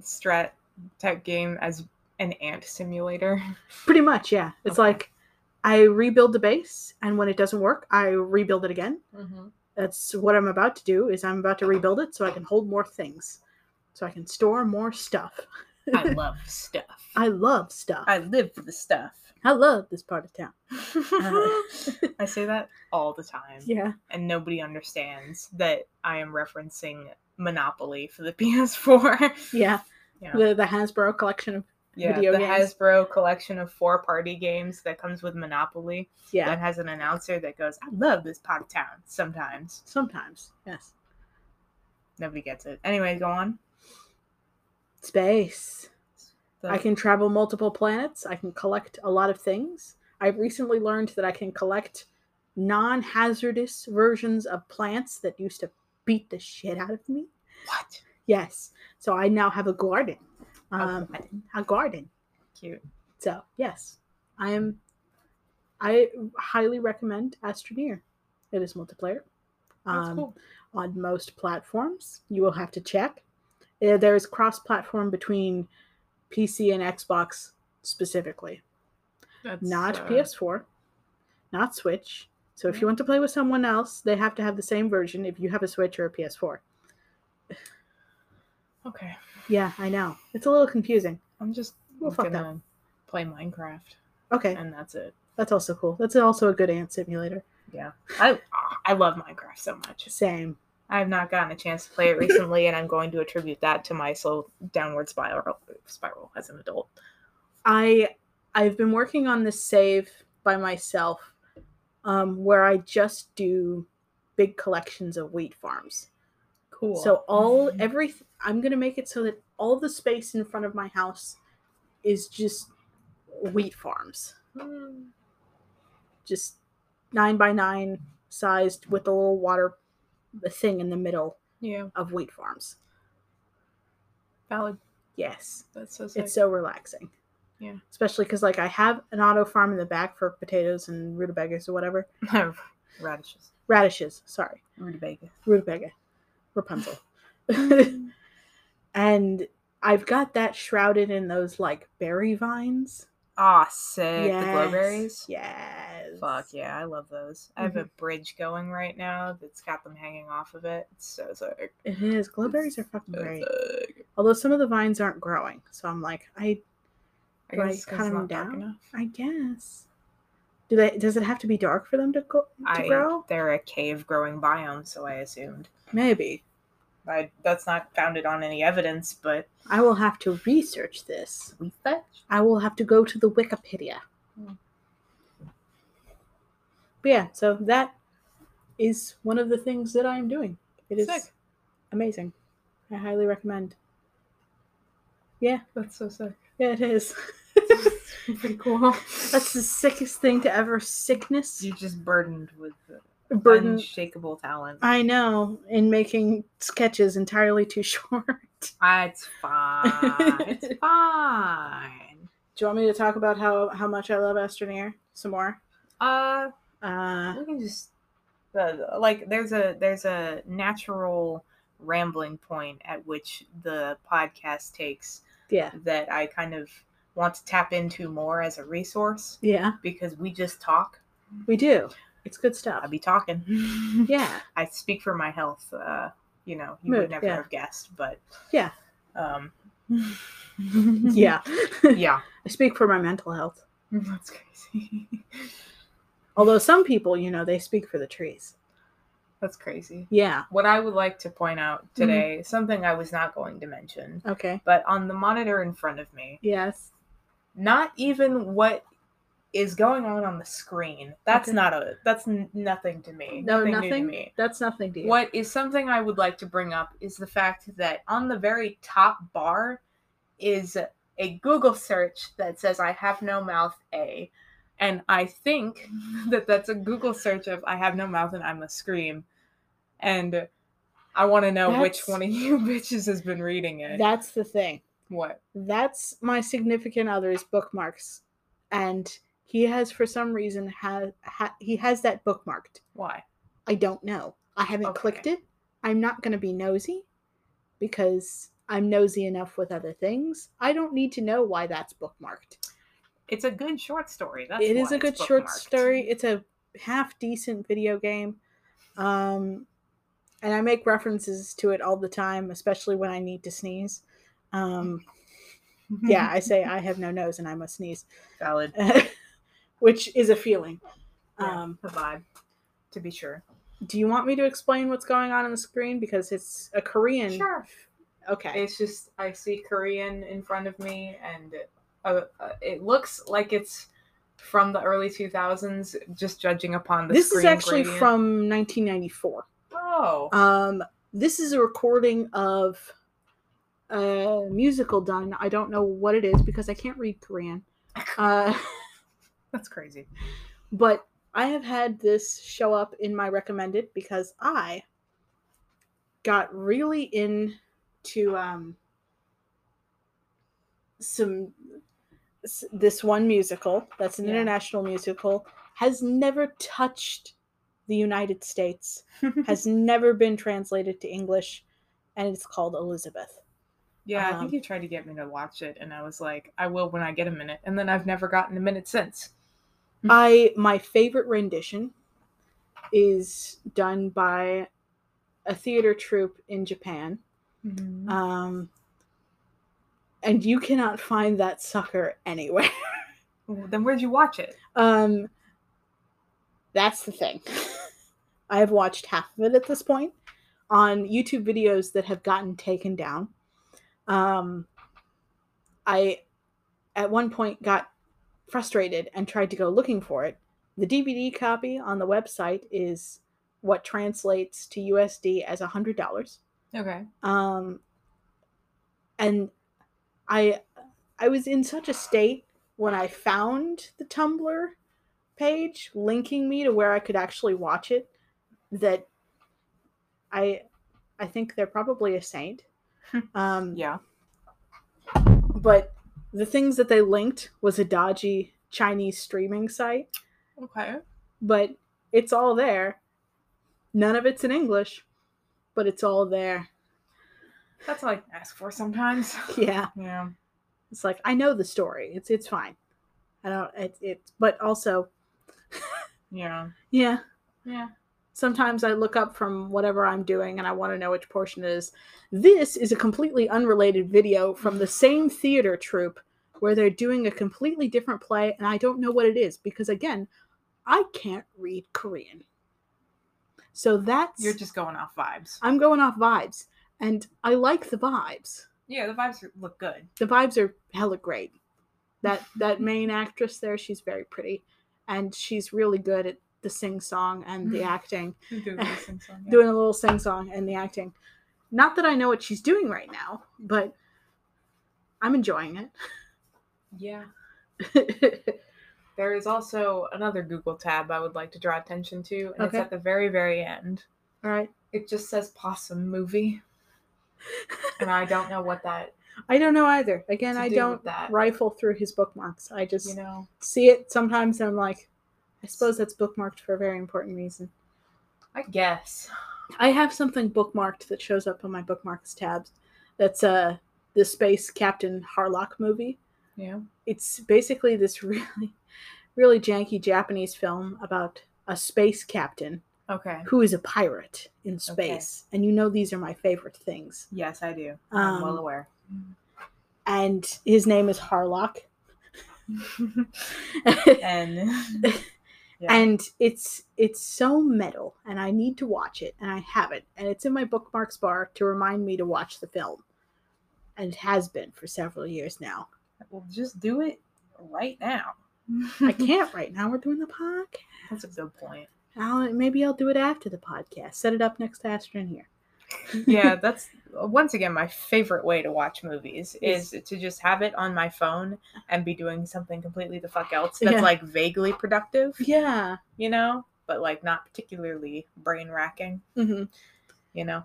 Speaker 1: strat type game as an ant simulator.
Speaker 2: pretty much yeah. It's
Speaker 1: Okay.
Speaker 2: like I rebuild the base and when it doesn't work, I rebuild it again. That's what I'm about to do is I'm about to rebuild it so I can hold more things. So I can store more stuff.
Speaker 1: I love stuff.
Speaker 2: I love stuff.
Speaker 1: I live for the stuff.
Speaker 2: I love this part of town.
Speaker 1: I say that all the time,
Speaker 2: Yeah.
Speaker 1: and nobody understands that I am referencing Monopoly for the PS4.
Speaker 2: Yeah.
Speaker 1: Yeah.
Speaker 2: The the Hasbro collection of
Speaker 1: yeah,
Speaker 2: Video
Speaker 1: the
Speaker 2: games.
Speaker 1: Hasbro collection of four party games that comes with Monopoly
Speaker 2: yeah.
Speaker 1: that has an announcer that goes, "I love this part of town." Sometimes
Speaker 2: Sometimes. Yes.
Speaker 1: nobody gets it. Anyway, go on.
Speaker 2: Space. I
Speaker 1: The-
Speaker 2: can travel multiple planets. I can collect a lot of things. I recently learned that I can collect non hazardous versions of plants that used to beat the shit out of me.
Speaker 1: what?
Speaker 2: Yes. So I now have a garden.
Speaker 1: Um,
Speaker 2: Um, a garden.
Speaker 1: cute.
Speaker 2: So yes, I am. I highly recommend Astroneer. It is multiplayer
Speaker 1: That's
Speaker 2: um,
Speaker 1: cool.
Speaker 2: on most platforms. You will have to check. Uh, There is cross-platform between PC and Xbox specifically,
Speaker 1: That's,
Speaker 2: not
Speaker 1: uh,
Speaker 2: PS4, not Switch. So if
Speaker 1: Yeah.
Speaker 2: you want to play with someone else, they have to have the same version if you have a Switch or a PS4.
Speaker 1: Okay,
Speaker 2: Yeah, I know. It's a little confusing.
Speaker 1: I'm just
Speaker 2: Well, fuck
Speaker 1: gonna
Speaker 2: that.
Speaker 1: play Minecraft,
Speaker 2: Okay,
Speaker 1: and that's it.
Speaker 2: that's also cool. That's also a good ant simulator.
Speaker 1: Yeah, I I love Minecraft so much.
Speaker 2: Same.
Speaker 1: I have not gotten a chance to play it recently, and I'm going to attribute that to my slow downward spiral spiral as an adult.
Speaker 2: I I've been working on this save by myself, um, where I just do big collections of wheat farms.
Speaker 1: Cool.
Speaker 2: So all every I'm gonna make it so that all the space in front of my house is just wheat farms, Mm-hmm. just nine by nine sized with a little water thing in the middle
Speaker 1: yeah,
Speaker 2: of wheat farms.
Speaker 1: valid.
Speaker 2: Yes.
Speaker 1: That's so sick.
Speaker 2: it's so relaxing.
Speaker 1: Yeah.
Speaker 2: Especially because like I have an auto farm in the back for potatoes and rutabagas or whatever.
Speaker 1: radishes,
Speaker 2: Radishes, sorry.
Speaker 1: rutabaga.
Speaker 2: Rutabaga. Rapunzel. and I've got that shrouded in those like berry vines.
Speaker 1: Ah, sick. The
Speaker 2: Yes,
Speaker 1: glowberries.
Speaker 2: Yes. Mm-hmm.
Speaker 1: Fuck yeah, I love those. I have a bridge going right now that's got them hanging off of it. It's so sick.
Speaker 2: It is. Glowberries are fucking
Speaker 1: So
Speaker 2: great.
Speaker 1: sick.
Speaker 2: Although some of the vines aren't growing. So I'm like, I
Speaker 1: I
Speaker 2: Do I
Speaker 1: guess it's 'cause
Speaker 2: cut
Speaker 1: it's
Speaker 2: 'em
Speaker 1: not dark
Speaker 2: down?
Speaker 1: enough.
Speaker 2: I guess. Do they does it have to be dark for them to go to
Speaker 1: I,
Speaker 2: grow?
Speaker 1: they're a cave growing biome, so I assumed.
Speaker 2: Maybe.
Speaker 1: I, that's not founded on any evidence, but
Speaker 2: I will have to research this.
Speaker 1: we fetch.
Speaker 2: I will have to go to the Wikipedia.
Speaker 1: Mm.
Speaker 2: But yeah, so that is one of the things that I am doing. It is
Speaker 1: Sick.
Speaker 2: amazing. I highly recommend.
Speaker 1: That's so sick.
Speaker 2: Yeah, it is.
Speaker 1: Pretty cool.
Speaker 2: That's the sickest thing to ever sickness
Speaker 1: You're just burdened with burden.
Speaker 2: burden.
Speaker 1: unshakable talent.
Speaker 2: I know in making sketches entirely too short. Do
Speaker 1: Ah, it's fine. it's fine.
Speaker 2: you want me to talk about how how much I love Astroneer some more?
Speaker 1: Uh,
Speaker 2: Uh,
Speaker 1: we can just uh, like there's a there's a natural rambling point at which the podcast takes
Speaker 2: yeah,
Speaker 1: that I kind of want to tap into more as a resource
Speaker 2: yeah,
Speaker 1: because we just talk.
Speaker 2: we do. It's good
Speaker 1: I
Speaker 2: stuff.
Speaker 1: be talking.
Speaker 2: Yeah.
Speaker 1: I speak for my health. Uh, you know, you would
Speaker 2: Mood,
Speaker 1: never
Speaker 2: yeah.
Speaker 1: have guessed, but
Speaker 2: Yeah.
Speaker 1: um,
Speaker 2: yeah.
Speaker 1: yeah,
Speaker 2: I speak for my mental health.
Speaker 1: that's crazy.
Speaker 2: Although some people, you know, they speak for the trees.
Speaker 1: that's crazy.
Speaker 2: Yeah.
Speaker 1: What I would like to point out
Speaker 2: Mm-hmm.
Speaker 1: today, something I was not going to mention,
Speaker 2: Okay.
Speaker 1: but on the monitor in front of me,
Speaker 2: Yes.
Speaker 1: not even what is going on on the screen. That's
Speaker 2: Okay.
Speaker 1: not a. That's n- nothing to me.
Speaker 2: No,
Speaker 1: nothing, new
Speaker 2: nothing.
Speaker 1: to me.
Speaker 2: That's nothing to you.
Speaker 1: What is something I would like to bring up is the fact that on the very top bar is a Google search that says I have no mouth A. And I think that that's a Google search of I have no mouth and I'm a scream. And I want to know which
Speaker 2: That's-
Speaker 1: one of you bitches has been reading it.
Speaker 2: That's the thing.
Speaker 1: what?
Speaker 2: That's my significant other's bookmarks, and he has for some reason has ha- he has that bookmarked.
Speaker 1: Why?
Speaker 2: I don't know. I haven't
Speaker 1: Okay.
Speaker 2: clicked it. I'm not going to be nosy because I'm nosy enough with other things. I don't need to know why that's bookmarked.
Speaker 1: It's a good short story. That's
Speaker 2: it is
Speaker 1: why
Speaker 2: a good
Speaker 1: it's
Speaker 2: short
Speaker 1: bookmarked.
Speaker 2: story. It's a half decent video game. Um and I make references to it all the time, especially when I need to sneeze. Um yeah, I say I have no nose and I must sneeze,
Speaker 1: valid.
Speaker 2: which is a feeling.
Speaker 1: Yeah,
Speaker 2: Um
Speaker 1: the vibe, to be sure.
Speaker 2: do you want me to explain what's going on on the screen because it's a Korean
Speaker 1: Sure.
Speaker 2: Okay.
Speaker 1: It's just I see Korean in front of me, and uh, uh, it looks like it's from the early 2000s. Just judging upon the
Speaker 2: This is
Speaker 1: screen
Speaker 2: actually
Speaker 1: gradient.
Speaker 2: from 1994.
Speaker 1: Oh,
Speaker 2: Um, this is a recording of a musical done. I don't know what it is because I can't read Korean. Uh,
Speaker 1: that's crazy.
Speaker 2: but I have had this show up in my recommended because I got really into um, some s- this one musical that's an
Speaker 1: Yeah.
Speaker 2: international musical has never touched the United States has never been translated to English, and it's called Elizabeth.
Speaker 1: yeah, I
Speaker 2: um,
Speaker 1: think you tried to get me to watch it, and I was like, I will when I get a minute, and then I've never gotten a minute since.
Speaker 2: I my favorite rendition is done by a theater troupe in Japan.
Speaker 1: Mhm.
Speaker 2: Um, and you cannot find that sucker anywhere.
Speaker 1: Well, then where'd you watch it?
Speaker 2: Um, that's the thing. I have watched half of it at this point on YouTube videos that have gotten taken down. Um, I, at one point, got frustrated and tried to go looking for it. The DVD copy on the website is what translates to USD as $100
Speaker 1: Okay.
Speaker 2: um and i i was in such a state when i found the tumblr page linking me to where i could actually watch it that i i think they're probably a saint um
Speaker 1: Yeah.
Speaker 2: but the things that they linked was a dodgy chinese streaming site
Speaker 1: Okay.
Speaker 2: but it's all there none of it's in english but it's all there
Speaker 1: That's all I can ask for sometimes.
Speaker 2: yeah
Speaker 1: Yeah.
Speaker 2: It's like I know the story. It's it's fine. I don't. It, it but also
Speaker 1: Yeah.
Speaker 2: yeah.
Speaker 1: Yeah.
Speaker 2: Sometimes I look up from whatever I'm doing and I want to know which portion it is. This is a completely unrelated video from the same theater troupe where they're doing a completely different play and I don't know what it is because again, I can't read Korean. So that's
Speaker 1: You're just going off vibes.
Speaker 2: I'm going off vibes and I like the vibes.
Speaker 1: Yeah, the vibes look good.
Speaker 2: the vibes are hella great. That that main actress there, she's very pretty, and she's really good at the sing song and the
Speaker 1: Mhm.
Speaker 2: acting,
Speaker 1: Doing the sing song, yeah.
Speaker 2: doing a little sing song and the acting. Not that I know what she's doing right now, but I'm enjoying
Speaker 1: yeah.
Speaker 2: it.
Speaker 1: There is also another Google tab I would like to draw attention to, and it's
Speaker 2: Okay.
Speaker 1: at the very, very end.
Speaker 2: All right,
Speaker 1: It just says possum movie. and I don't know what that
Speaker 2: I don't know either. Again,
Speaker 1: To
Speaker 2: I
Speaker 1: do with
Speaker 2: don't
Speaker 1: that.
Speaker 2: rifle through his bookmarks. I just
Speaker 1: you know.
Speaker 2: see it sometimes, and I'm like, I suppose that's bookmarked for a very important reason.
Speaker 1: I guess.
Speaker 2: I have something bookmarked that shows up on my bookmarks tabs. That's uh the Space Captain Harlock movie.
Speaker 1: Yeah.
Speaker 2: It's basically this really, really janky Japanese film about a space captain
Speaker 1: Okay.
Speaker 2: who is a pirate in
Speaker 1: Okay.
Speaker 2: space. And you know these are my favorite things.
Speaker 1: Yes, I do. I'm well
Speaker 2: Um,
Speaker 1: aware.
Speaker 2: And his name is Harlock.
Speaker 1: and Yeah.
Speaker 2: and it's it's so metal and i need to watch it and i haven't and it's in my bookmarks bar to remind me to watch the film and it has been for several years now
Speaker 1: well just do it right now.
Speaker 2: i
Speaker 1: Mm-hmm.
Speaker 2: can't right now we're doing the podcast
Speaker 1: That's a good point.
Speaker 2: I'll, maybe i'll do it after the podcast set it up next to Astrid in here
Speaker 1: yeah, that's once again my favorite way to watch movies
Speaker 2: Is-
Speaker 1: is to just have it on my phone and be doing something completely the fuck else that's
Speaker 2: Yeah.
Speaker 1: like vaguely productive,
Speaker 2: yeah
Speaker 1: you know, but like not particularly brain wracking,
Speaker 2: hmm
Speaker 1: you know.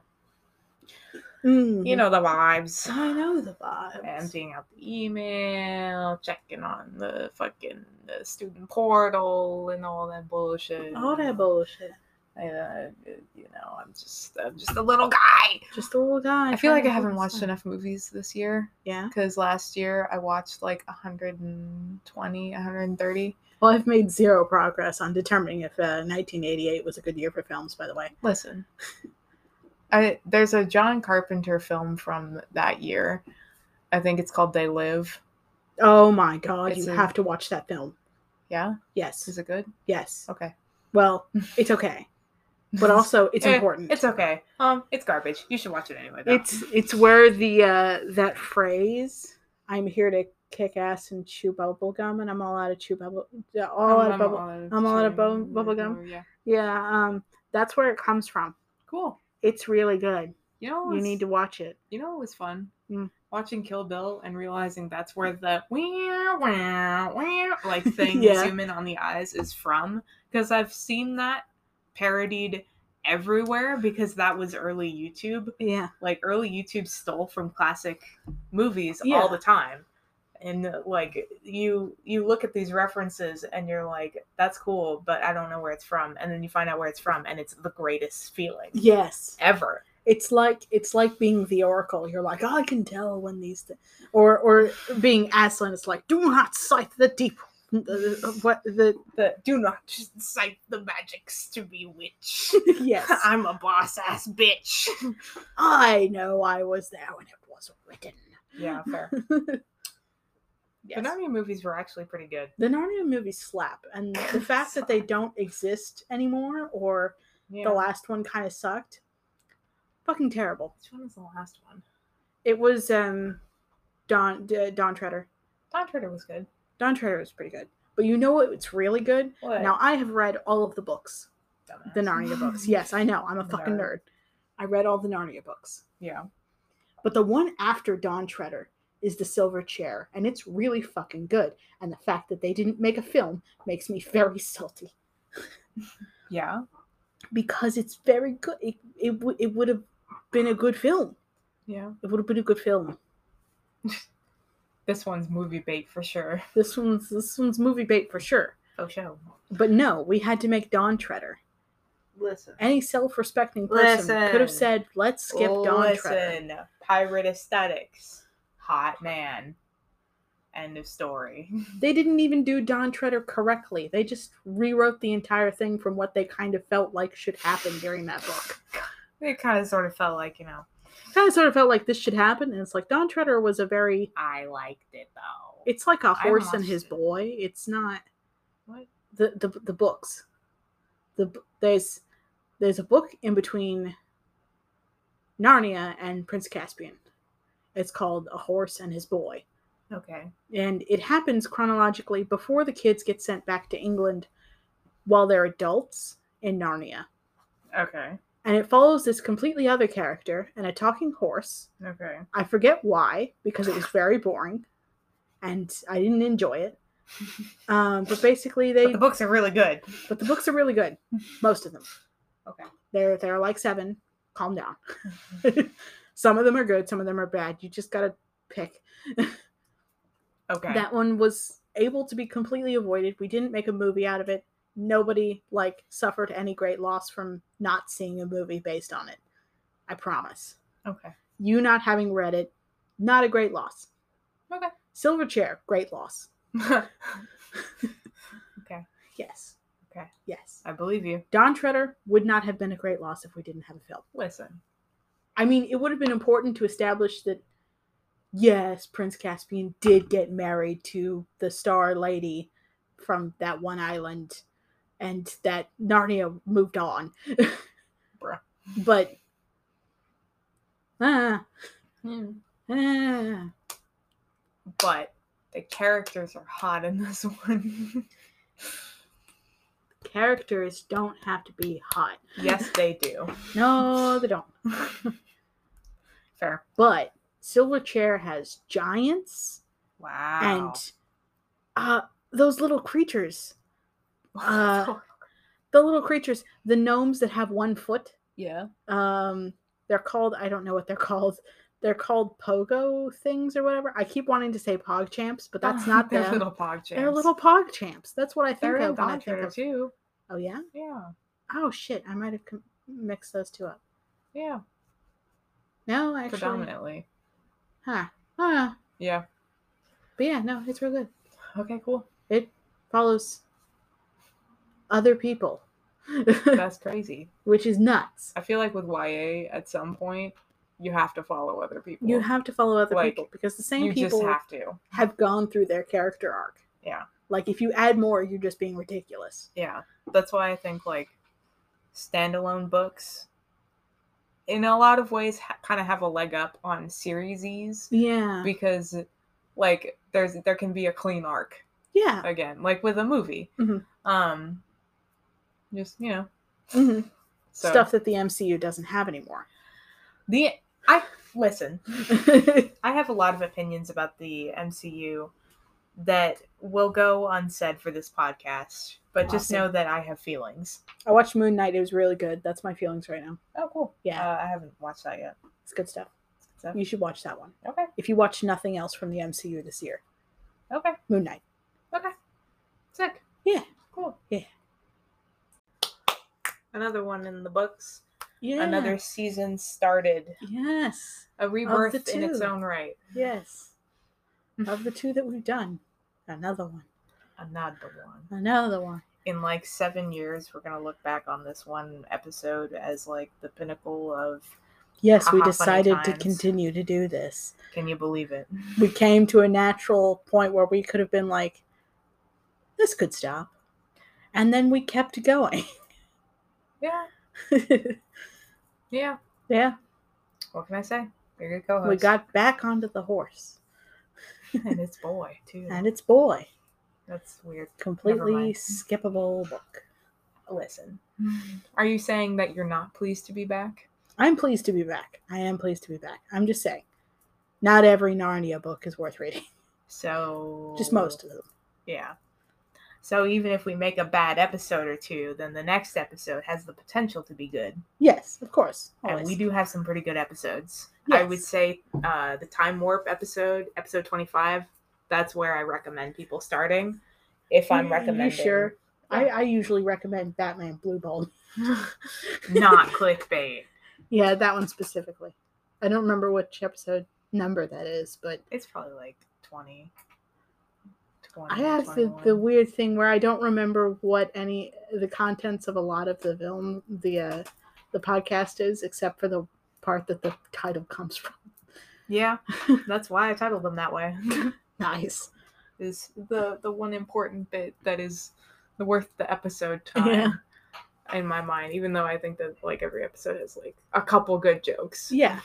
Speaker 1: Mm-hmm. You know the vibes.
Speaker 2: Mm-hmm. I know the vibes.
Speaker 1: Emptying out the email, checking on the fucking the student portal and all that bullshit.
Speaker 2: All that bullshit.
Speaker 1: Uh, you know, I'm just I'm just a little guy.
Speaker 2: Just a little guy.
Speaker 1: I feel like
Speaker 2: trying to
Speaker 1: I haven't
Speaker 2: focus
Speaker 1: watched
Speaker 2: on-
Speaker 1: enough movies this year
Speaker 2: Yeah.
Speaker 1: because last year I watched like 120, 130.
Speaker 2: Well, I've made zero progress on determining if uh, 1988 was a good year for films. By the way,
Speaker 1: Listen, I there's a John Carpenter film from that year. I think it's called They Live.
Speaker 2: oh my god,
Speaker 1: It's
Speaker 2: you
Speaker 1: a-
Speaker 2: have to watch that film.
Speaker 1: Yeah,
Speaker 2: Yes,
Speaker 1: is it good?
Speaker 2: yes.
Speaker 1: Okay,
Speaker 2: Well, it's okay, but also it's
Speaker 1: Eh,
Speaker 2: important.
Speaker 1: it's okay. Um, it's garbage. You should watch it anyway. Though.
Speaker 2: it's it's where the uh that phrase "I'm here to kick ass and chew bubble gum and I'm all out of chew bubble yeah, all out of bubble I'm all out of bubble- bubble gum.
Speaker 1: Yeah,
Speaker 2: yeah um that's where it comes from.
Speaker 1: cool.
Speaker 2: It's really good.
Speaker 1: You know,
Speaker 2: You need to watch it.
Speaker 1: You know, it was fun
Speaker 2: Mm.
Speaker 1: watching Kill Bill and realizing that's where the wah, wah, wah, like thing
Speaker 2: Yeah.
Speaker 1: zoom in on the eyes is from. Because I've seen that parodied everywhere because that was early YouTube.
Speaker 2: Yeah,
Speaker 1: Like early YouTube stole from classic movies
Speaker 2: Yeah.
Speaker 1: all the time. And uh, like you you look at these references and you're like, that's cool, but I don't know where it's from. And then you find out where it's from and it's the greatest feeling
Speaker 2: yes.
Speaker 1: ever.
Speaker 2: it's like it's like being the oracle you're like i can tell when these th-. or or being aslan it's like do not cite the deep the- what the
Speaker 1: the do not cite the magics to be witch.
Speaker 2: yes
Speaker 1: I'm a boss ass bitch.
Speaker 2: i know i was there when it was written
Speaker 1: Yeah, fair.
Speaker 2: yes.
Speaker 1: The Narnia movies were actually pretty good.
Speaker 2: the narnia movies slap and the fact that they don't exist anymore or
Speaker 1: Yeah.
Speaker 2: the last one kind of sucked fucking terrible
Speaker 1: Which one was the last one?
Speaker 2: it was um don D- don treader
Speaker 1: Don Treader was good.
Speaker 2: don treader was pretty good but you know what? It's really good
Speaker 1: What?
Speaker 2: Now I have read all of the books,
Speaker 1: Dumbass.
Speaker 2: the Narnia books. Yes, I know. I'm a fucking
Speaker 1: Nerd.
Speaker 2: nerd. I read all the Narnia books.
Speaker 1: Yeah.
Speaker 2: But the one after Don Treader is The Silver Chair, and it's really fucking good. And the fact that they didn't make a film makes me very salty
Speaker 1: Yeah.
Speaker 2: because it's very good. It it, w- it would have been a good film.
Speaker 1: Yeah.
Speaker 2: It would have been a good film.
Speaker 1: This one's movie bait for sure.
Speaker 2: This one's this one's movie bait for sure.
Speaker 1: Oh, show.
Speaker 2: But no, we had to make Don Treader.
Speaker 1: Listen.
Speaker 2: Any self-respecting person could
Speaker 1: Listen.
Speaker 2: have said, "Let's skip Don Treader."
Speaker 1: Listen. Pirate aesthetics. Hot man. End of story.
Speaker 2: they didn't even do Don Treader correctly. They just rewrote the entire thing from what they kind of felt like should happen during that book.
Speaker 1: It kind of sort of felt like, you know,
Speaker 2: Kind of sort of felt like this should happen, and it's like Don Treader was a very.
Speaker 1: I liked it though.
Speaker 2: It's like a horse and
Speaker 1: watched
Speaker 2: his
Speaker 1: it.
Speaker 2: boy. It's not
Speaker 1: What?
Speaker 2: the the the books. The b- there's there's a book in between Narnia and Prince Caspian. It's called A Horse and His Boy.
Speaker 1: Okay.
Speaker 2: and it happens chronologically before the kids get sent back to England while they're adults in Narnia.
Speaker 1: Okay.
Speaker 2: And it follows this completely other character and a talking horse.
Speaker 1: Okay.
Speaker 2: I forget why, because it was very boring and I didn't enjoy it. Um, but basically, they.
Speaker 1: But the books are really good.
Speaker 2: but the books are really good, most of them.
Speaker 1: Okay.
Speaker 2: There, there are like seven. Calm down.
Speaker 1: Mm-hmm.
Speaker 2: some of them are good, some of them are bad. You just gotta pick.
Speaker 1: Okay.
Speaker 2: That one was able to be completely avoided. We didn't make a movie out of it. Nobody like suffered any great loss from not seeing a movie based on it. I promise.
Speaker 1: okay.
Speaker 2: You not having read it, not a great loss.
Speaker 1: Okay.
Speaker 2: Silverchair, great loss. Yes.
Speaker 1: Okay.
Speaker 2: Yes.
Speaker 1: I believe you.
Speaker 2: Don Treader would not have been a great loss if we didn't have a film.
Speaker 1: Listen.
Speaker 2: I mean, it would have been important to establish that yes, Prince Caspian did get married to the star lady from that one island and that Narnia moved on.
Speaker 1: Bruh.
Speaker 2: But ah, ah.
Speaker 1: But the characters are hot in this one.
Speaker 2: characters don't have to be hot.
Speaker 1: yes, they do.
Speaker 2: No, they don't.
Speaker 1: Fair.
Speaker 2: But Silverchair has giants
Speaker 1: Wow.
Speaker 2: and uh those little creatures. uh, the little creatures, the gnomes that have one foot,
Speaker 1: yeah.
Speaker 2: um, They're called I don't know what they're called. They're called pogo things or whatever. I keep wanting to say pog champs, but that's not
Speaker 1: their
Speaker 2: them.
Speaker 1: little pog champs.
Speaker 2: They're little pog champs. That's what I think
Speaker 1: They're
Speaker 2: of
Speaker 1: in
Speaker 2: when I think
Speaker 1: Bonfire
Speaker 2: of.
Speaker 1: too.
Speaker 2: Oh yeah.
Speaker 1: Yeah,
Speaker 2: Oh shit! I might have com- mixed those two up.
Speaker 1: yeah,
Speaker 2: No, actually.
Speaker 1: predominantly.
Speaker 2: Huh. Huh.
Speaker 1: Yeah.
Speaker 2: But yeah, no, it's real good.
Speaker 1: Okay, cool.
Speaker 2: It follows other people,
Speaker 1: That's crazy.
Speaker 2: which is nuts.
Speaker 1: I feel like with YA, at some point, you have to follow other people.
Speaker 2: You have to follow other
Speaker 1: Like,
Speaker 2: people because the
Speaker 1: You
Speaker 2: same
Speaker 1: just
Speaker 2: people
Speaker 1: have to.
Speaker 2: have gone through their character arc.
Speaker 1: Yeah.
Speaker 2: Like if you add more, you're just being ridiculous.
Speaker 1: Yeah, that's why I think like standalone books, in a lot of ways, ha- kind of have a leg up on serieses
Speaker 2: Yeah.
Speaker 1: because, like, there's there can be a clean arc
Speaker 2: yeah.
Speaker 1: again, like with a movie.
Speaker 2: Mhm.
Speaker 1: Um, just you know,
Speaker 2: Mhm.
Speaker 1: so
Speaker 2: Stuff that the MCU doesn't have anymore.
Speaker 1: the I listen. I have a lot of opinions about the MCU that will go unsaid for this podcast, but just
Speaker 2: Awesome.
Speaker 1: know that I have feelings.
Speaker 2: I watched Moon Knight. It was really good. That's my feelings right now.
Speaker 1: Oh, cool.
Speaker 2: Yeah.
Speaker 1: Uh, I haven't watched that yet.
Speaker 2: It's good stuff.
Speaker 1: So-
Speaker 2: You should watch that one.
Speaker 1: Okay.
Speaker 2: If you watch nothing else from the MCU this year,
Speaker 1: Okay.
Speaker 2: Moon Knight.
Speaker 1: Okay. Sick.
Speaker 2: Yeah.
Speaker 1: Cool.
Speaker 2: Yeah.
Speaker 1: Another one in the books.
Speaker 2: Yeah.
Speaker 1: Another season started.
Speaker 2: Yes.
Speaker 1: A rebirth in its
Speaker 2: two. Mm-hmm.
Speaker 1: own right.
Speaker 2: Yes. of the two that we've done, another one.
Speaker 1: Another one.
Speaker 2: Another one.
Speaker 1: In like seven years, we're gonna look back on this one episode as like the pinnacle of
Speaker 2: Yes, we
Speaker 1: Haha, funny
Speaker 2: decided to
Speaker 1: times.
Speaker 2: continue to do this.
Speaker 1: can you believe it?
Speaker 2: We came to a natural point where we could have been like, this could stop. And then we kept going.
Speaker 1: Yeah. Yeah.
Speaker 2: yeah.
Speaker 1: What can I say? You're a good co-host.
Speaker 2: We got back onto the horse.
Speaker 1: and it's boy too.
Speaker 2: And it's boy.
Speaker 1: That's weird.
Speaker 2: Completely
Speaker 1: mind.
Speaker 2: skippable book.
Speaker 1: Listen. Are you saying that you're not pleased to be back?
Speaker 2: I'm pleased to be back. I am pleased to be back. I'm just saying, not every Narnia book is worth reading,
Speaker 1: So
Speaker 2: just most of them.
Speaker 1: Oh. Yeah. So even if we make a bad episode or two, then the next episode has the potential to be good.
Speaker 2: Yes, of course.
Speaker 1: And
Speaker 2: Always.
Speaker 1: we do have some pretty good episodes. I would
Speaker 2: Oh, Yes.
Speaker 1: say uh, the Time Warp episode, episode 25, that's where I recommend people starting. If I'm
Speaker 2: Yeah, Mm, you
Speaker 1: recommending.
Speaker 2: sure? I, I usually recommend Batman Blue Bolt.
Speaker 1: Not clickbait.
Speaker 2: Yeah, that one specifically. I don't remember which episode number that is, but
Speaker 1: It's probably like 20. 20
Speaker 2: I have the, the
Speaker 1: 21.
Speaker 2: weird thing where I don't remember what any the contents of a lot of the film the uh, the podcast is, except for the part that the title comes from.
Speaker 1: Yeah, that's why I titled them that way.
Speaker 2: Nice.
Speaker 1: is the the one important bit that is the worth the episode time in my mind even though i think that like every episode has like a couple good jokes
Speaker 2: Yeah.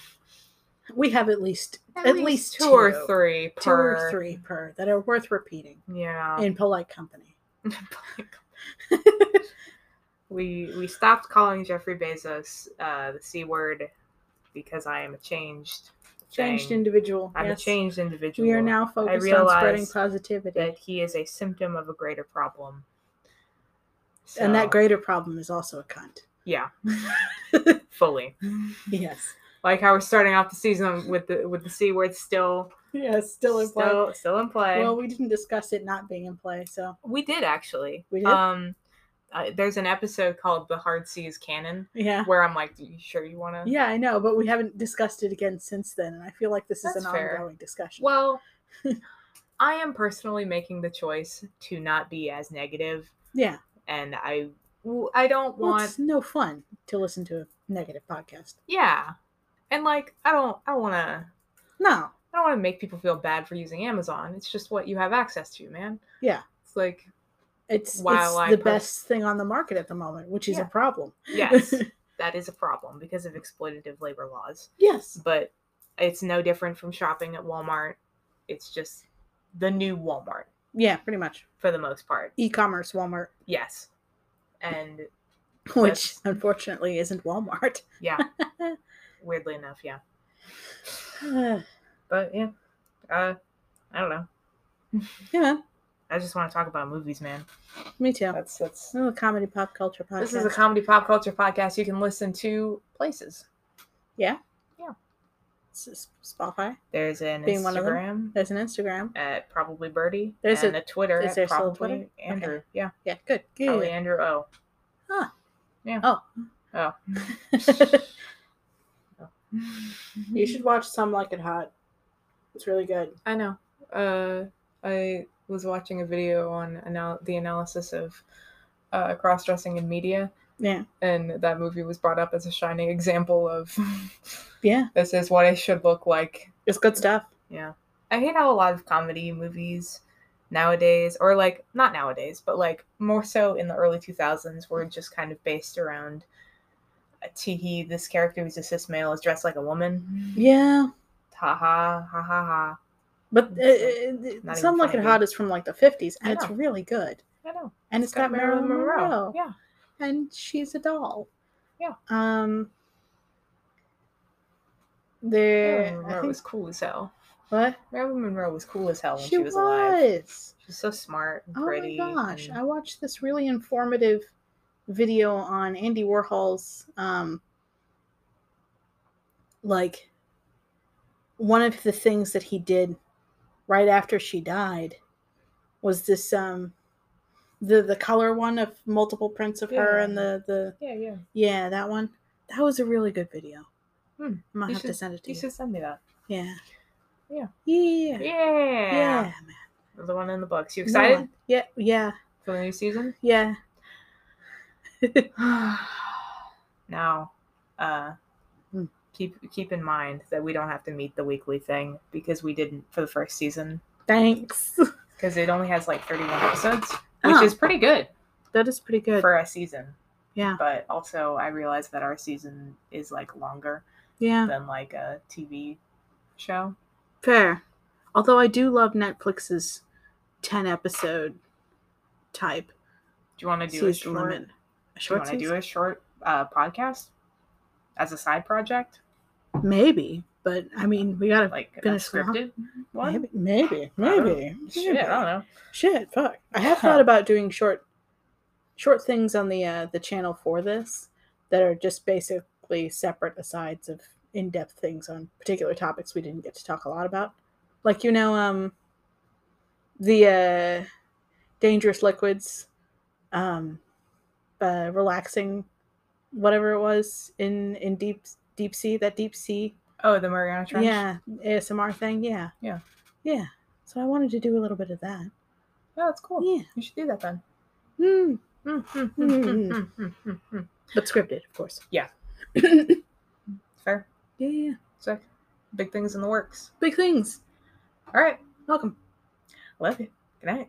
Speaker 2: We have at least at, least,
Speaker 1: two, or three per
Speaker 2: two or three per that are worth repeating
Speaker 1: yeah
Speaker 2: in polite company.
Speaker 1: we we stopped calling jeffrey bezos uh the c word because i am a changed
Speaker 2: Changed
Speaker 1: thing.
Speaker 2: individual.
Speaker 1: i'm
Speaker 2: yes.
Speaker 1: a changed individual
Speaker 2: We are now focused on spreading
Speaker 1: realize
Speaker 2: positivity.
Speaker 1: that he is a symptom of a greater problem
Speaker 2: And
Speaker 1: So,
Speaker 2: that greater problem is also a cunt.
Speaker 1: yeah fully
Speaker 2: Yes.
Speaker 1: like how we're starting off the season with the with the c word still
Speaker 2: Yes, still in play.
Speaker 1: still, still in play
Speaker 2: Well, we didn't discuss it not being in play, so
Speaker 1: we did actually
Speaker 2: We did?
Speaker 1: um uh, there's an episode called the hard seas canon
Speaker 2: yeah.
Speaker 1: where i'm like you sure you want to
Speaker 2: Yeah, I know, but we haven't discussed it again since then, and I feel like this is
Speaker 1: That's
Speaker 2: an
Speaker 1: fair.
Speaker 2: ongoing discussion.
Speaker 1: well i am personally making the choice to not be as negative
Speaker 2: yeah,
Speaker 1: and i w- i don't
Speaker 2: well,
Speaker 1: want
Speaker 2: it's no fun to listen to a negative podcast.
Speaker 1: yeah and like i don't i don't want to
Speaker 2: No,
Speaker 1: I don't want to make people feel bad for using Amazon. It's just what you have access to, man.
Speaker 2: Yeah.
Speaker 1: It's like,
Speaker 2: it's,
Speaker 1: While
Speaker 2: it's
Speaker 1: I
Speaker 2: the
Speaker 1: pers-
Speaker 2: best thing on the market at the moment, which is
Speaker 1: Yeah.
Speaker 2: a problem.
Speaker 1: yes, that is a problem because of exploitative labor laws.
Speaker 2: Yes,
Speaker 1: but it's no different from shopping at Walmart. It's just the new Walmart
Speaker 2: yeah, pretty much
Speaker 1: for the most part.
Speaker 2: e-commerce Walmart,
Speaker 1: Yes. And
Speaker 2: which unfortunately isn't Walmart.
Speaker 1: yeah, weirdly enough, yeah.
Speaker 2: yeah,
Speaker 1: But yeah, uh, I don't know.
Speaker 2: man,
Speaker 1: I just want to talk about movies, man.
Speaker 2: me too.
Speaker 1: That's that's.
Speaker 2: Oh, comedy pop culture podcast.
Speaker 1: This is a comedy pop culture podcast you can listen to places.
Speaker 2: S- S- Spotify.
Speaker 1: There's an
Speaker 2: Being one of them?
Speaker 1: Instagram
Speaker 2: There's an Instagram.
Speaker 1: at probably birdie.
Speaker 2: There's
Speaker 1: and a, Twitter
Speaker 2: is
Speaker 1: at
Speaker 2: there still a
Speaker 1: probably
Speaker 2: Twitter?
Speaker 1: Andrew. Yeah,
Speaker 2: Yeah, good.
Speaker 1: probably
Speaker 2: Good.
Speaker 1: Andrew O. Oh,
Speaker 2: you should watch Some Like It Hot. It's really good.
Speaker 1: I know. Uh, I was watching a video on anal- the analysis of uh, cross dressing in media,
Speaker 2: Yeah.
Speaker 1: and that movie was brought up as a shining example of
Speaker 2: Yeah.
Speaker 1: this is what it should look like.
Speaker 2: It's good stuff.
Speaker 1: Yeah. I hate how a lot of comedy movies nowadays, or like, not nowadays, but like more so in the early 2000s, were just kind of based around. uh, Teehee, this character who's a cis male is dressed like a woman.
Speaker 2: Yeah.
Speaker 1: Ha ha ha ha ha.
Speaker 2: But
Speaker 1: It's
Speaker 2: uh, uh,
Speaker 1: not
Speaker 2: Some
Speaker 1: even
Speaker 2: Like It
Speaker 1: funny.
Speaker 2: Hot is from like the 50s,
Speaker 1: I
Speaker 2: and it's
Speaker 1: know.
Speaker 2: really good.
Speaker 1: I know.
Speaker 2: And it's got, Marilyn Monroe.
Speaker 1: Yeah.
Speaker 2: And she's a doll.
Speaker 1: Yeah.
Speaker 2: Um.
Speaker 1: Marilyn
Speaker 2: There. I
Speaker 1: Monroe
Speaker 2: think-
Speaker 1: was cool as hell.
Speaker 2: what?
Speaker 1: Marilyn Monroe was cool as hell when she,
Speaker 2: She
Speaker 1: was, alive.
Speaker 2: was.
Speaker 1: She's so smart and
Speaker 2: Oh
Speaker 1: pretty.
Speaker 2: my gosh!
Speaker 1: and-
Speaker 2: I watched this really informative video on Andy Warhol's um like one of the things that he did right after she died was this um the the color one of multiple prints of her
Speaker 1: Yeah.
Speaker 2: and the the
Speaker 1: yeah, yeah.
Speaker 2: yeah that one that was a really good video
Speaker 1: Hmm.
Speaker 2: i'm gonna
Speaker 1: You
Speaker 2: have to
Speaker 1: should-
Speaker 2: send it to
Speaker 1: You
Speaker 2: you,
Speaker 1: should send me that.
Speaker 2: yeah
Speaker 1: Yeah. Yeah.
Speaker 2: yeah yeah, yeah. man.
Speaker 1: The one in the books. You excited
Speaker 2: No one- yeah yeah
Speaker 1: for the new season?
Speaker 2: yeah
Speaker 1: now, uh,
Speaker 2: Hmm.
Speaker 1: keep keep in mind that we don't have to meet the weekly thing because we didn't for the first season
Speaker 2: thanks
Speaker 1: because it only has like 31 episodes, which
Speaker 2: Oh.
Speaker 1: is pretty good.
Speaker 2: That is pretty good.
Speaker 1: for a season.
Speaker 2: Yeah.
Speaker 1: But also, I realized that our season is like longer
Speaker 2: yeah,
Speaker 1: than like a TV show.
Speaker 2: fair. Although I do love Netflix's 10 episode type
Speaker 1: Do you want to do a
Speaker 2: season
Speaker 1: short?
Speaker 2: limit. A
Speaker 1: Do you
Speaker 2: short
Speaker 1: want to
Speaker 2: season?
Speaker 1: do a short uh, podcast as a side project,
Speaker 2: Maybe, but I mean, we gotta
Speaker 1: like a
Speaker 2: Finish them up.
Speaker 1: scripted one?
Speaker 2: maybe, maybe,
Speaker 1: don't know.
Speaker 2: maybe.
Speaker 1: Shit, I don't know.
Speaker 2: Shit, fuck. I have thought about doing short, short things on the uh, the channel for this that are just basically separate asides of in depth things on particular topics we didn't get to talk a lot about, like you know, um, the uh, dangerous liquids, um, uh, relaxing, whatever it was in in deep deep sea that deep sea
Speaker 1: Oh, the Mariana Trench.
Speaker 2: yeah ASMR thing yeah
Speaker 1: Yeah.
Speaker 2: yeah. So I wanted to do a little bit of that.
Speaker 1: Oh, that's cool.
Speaker 2: Yeah.
Speaker 1: You should do that then.
Speaker 2: Mm.
Speaker 1: Mm, mm, mm,
Speaker 2: Mm, mm,
Speaker 1: mm, mm, mm, mm.
Speaker 2: But scripted, of course.
Speaker 1: Yeah.
Speaker 2: yeah,
Speaker 1: Fair.
Speaker 2: yeah.
Speaker 1: Sick. Big things in the works.
Speaker 2: Big things.
Speaker 1: All right.
Speaker 2: Welcome.
Speaker 1: Love you. Good night.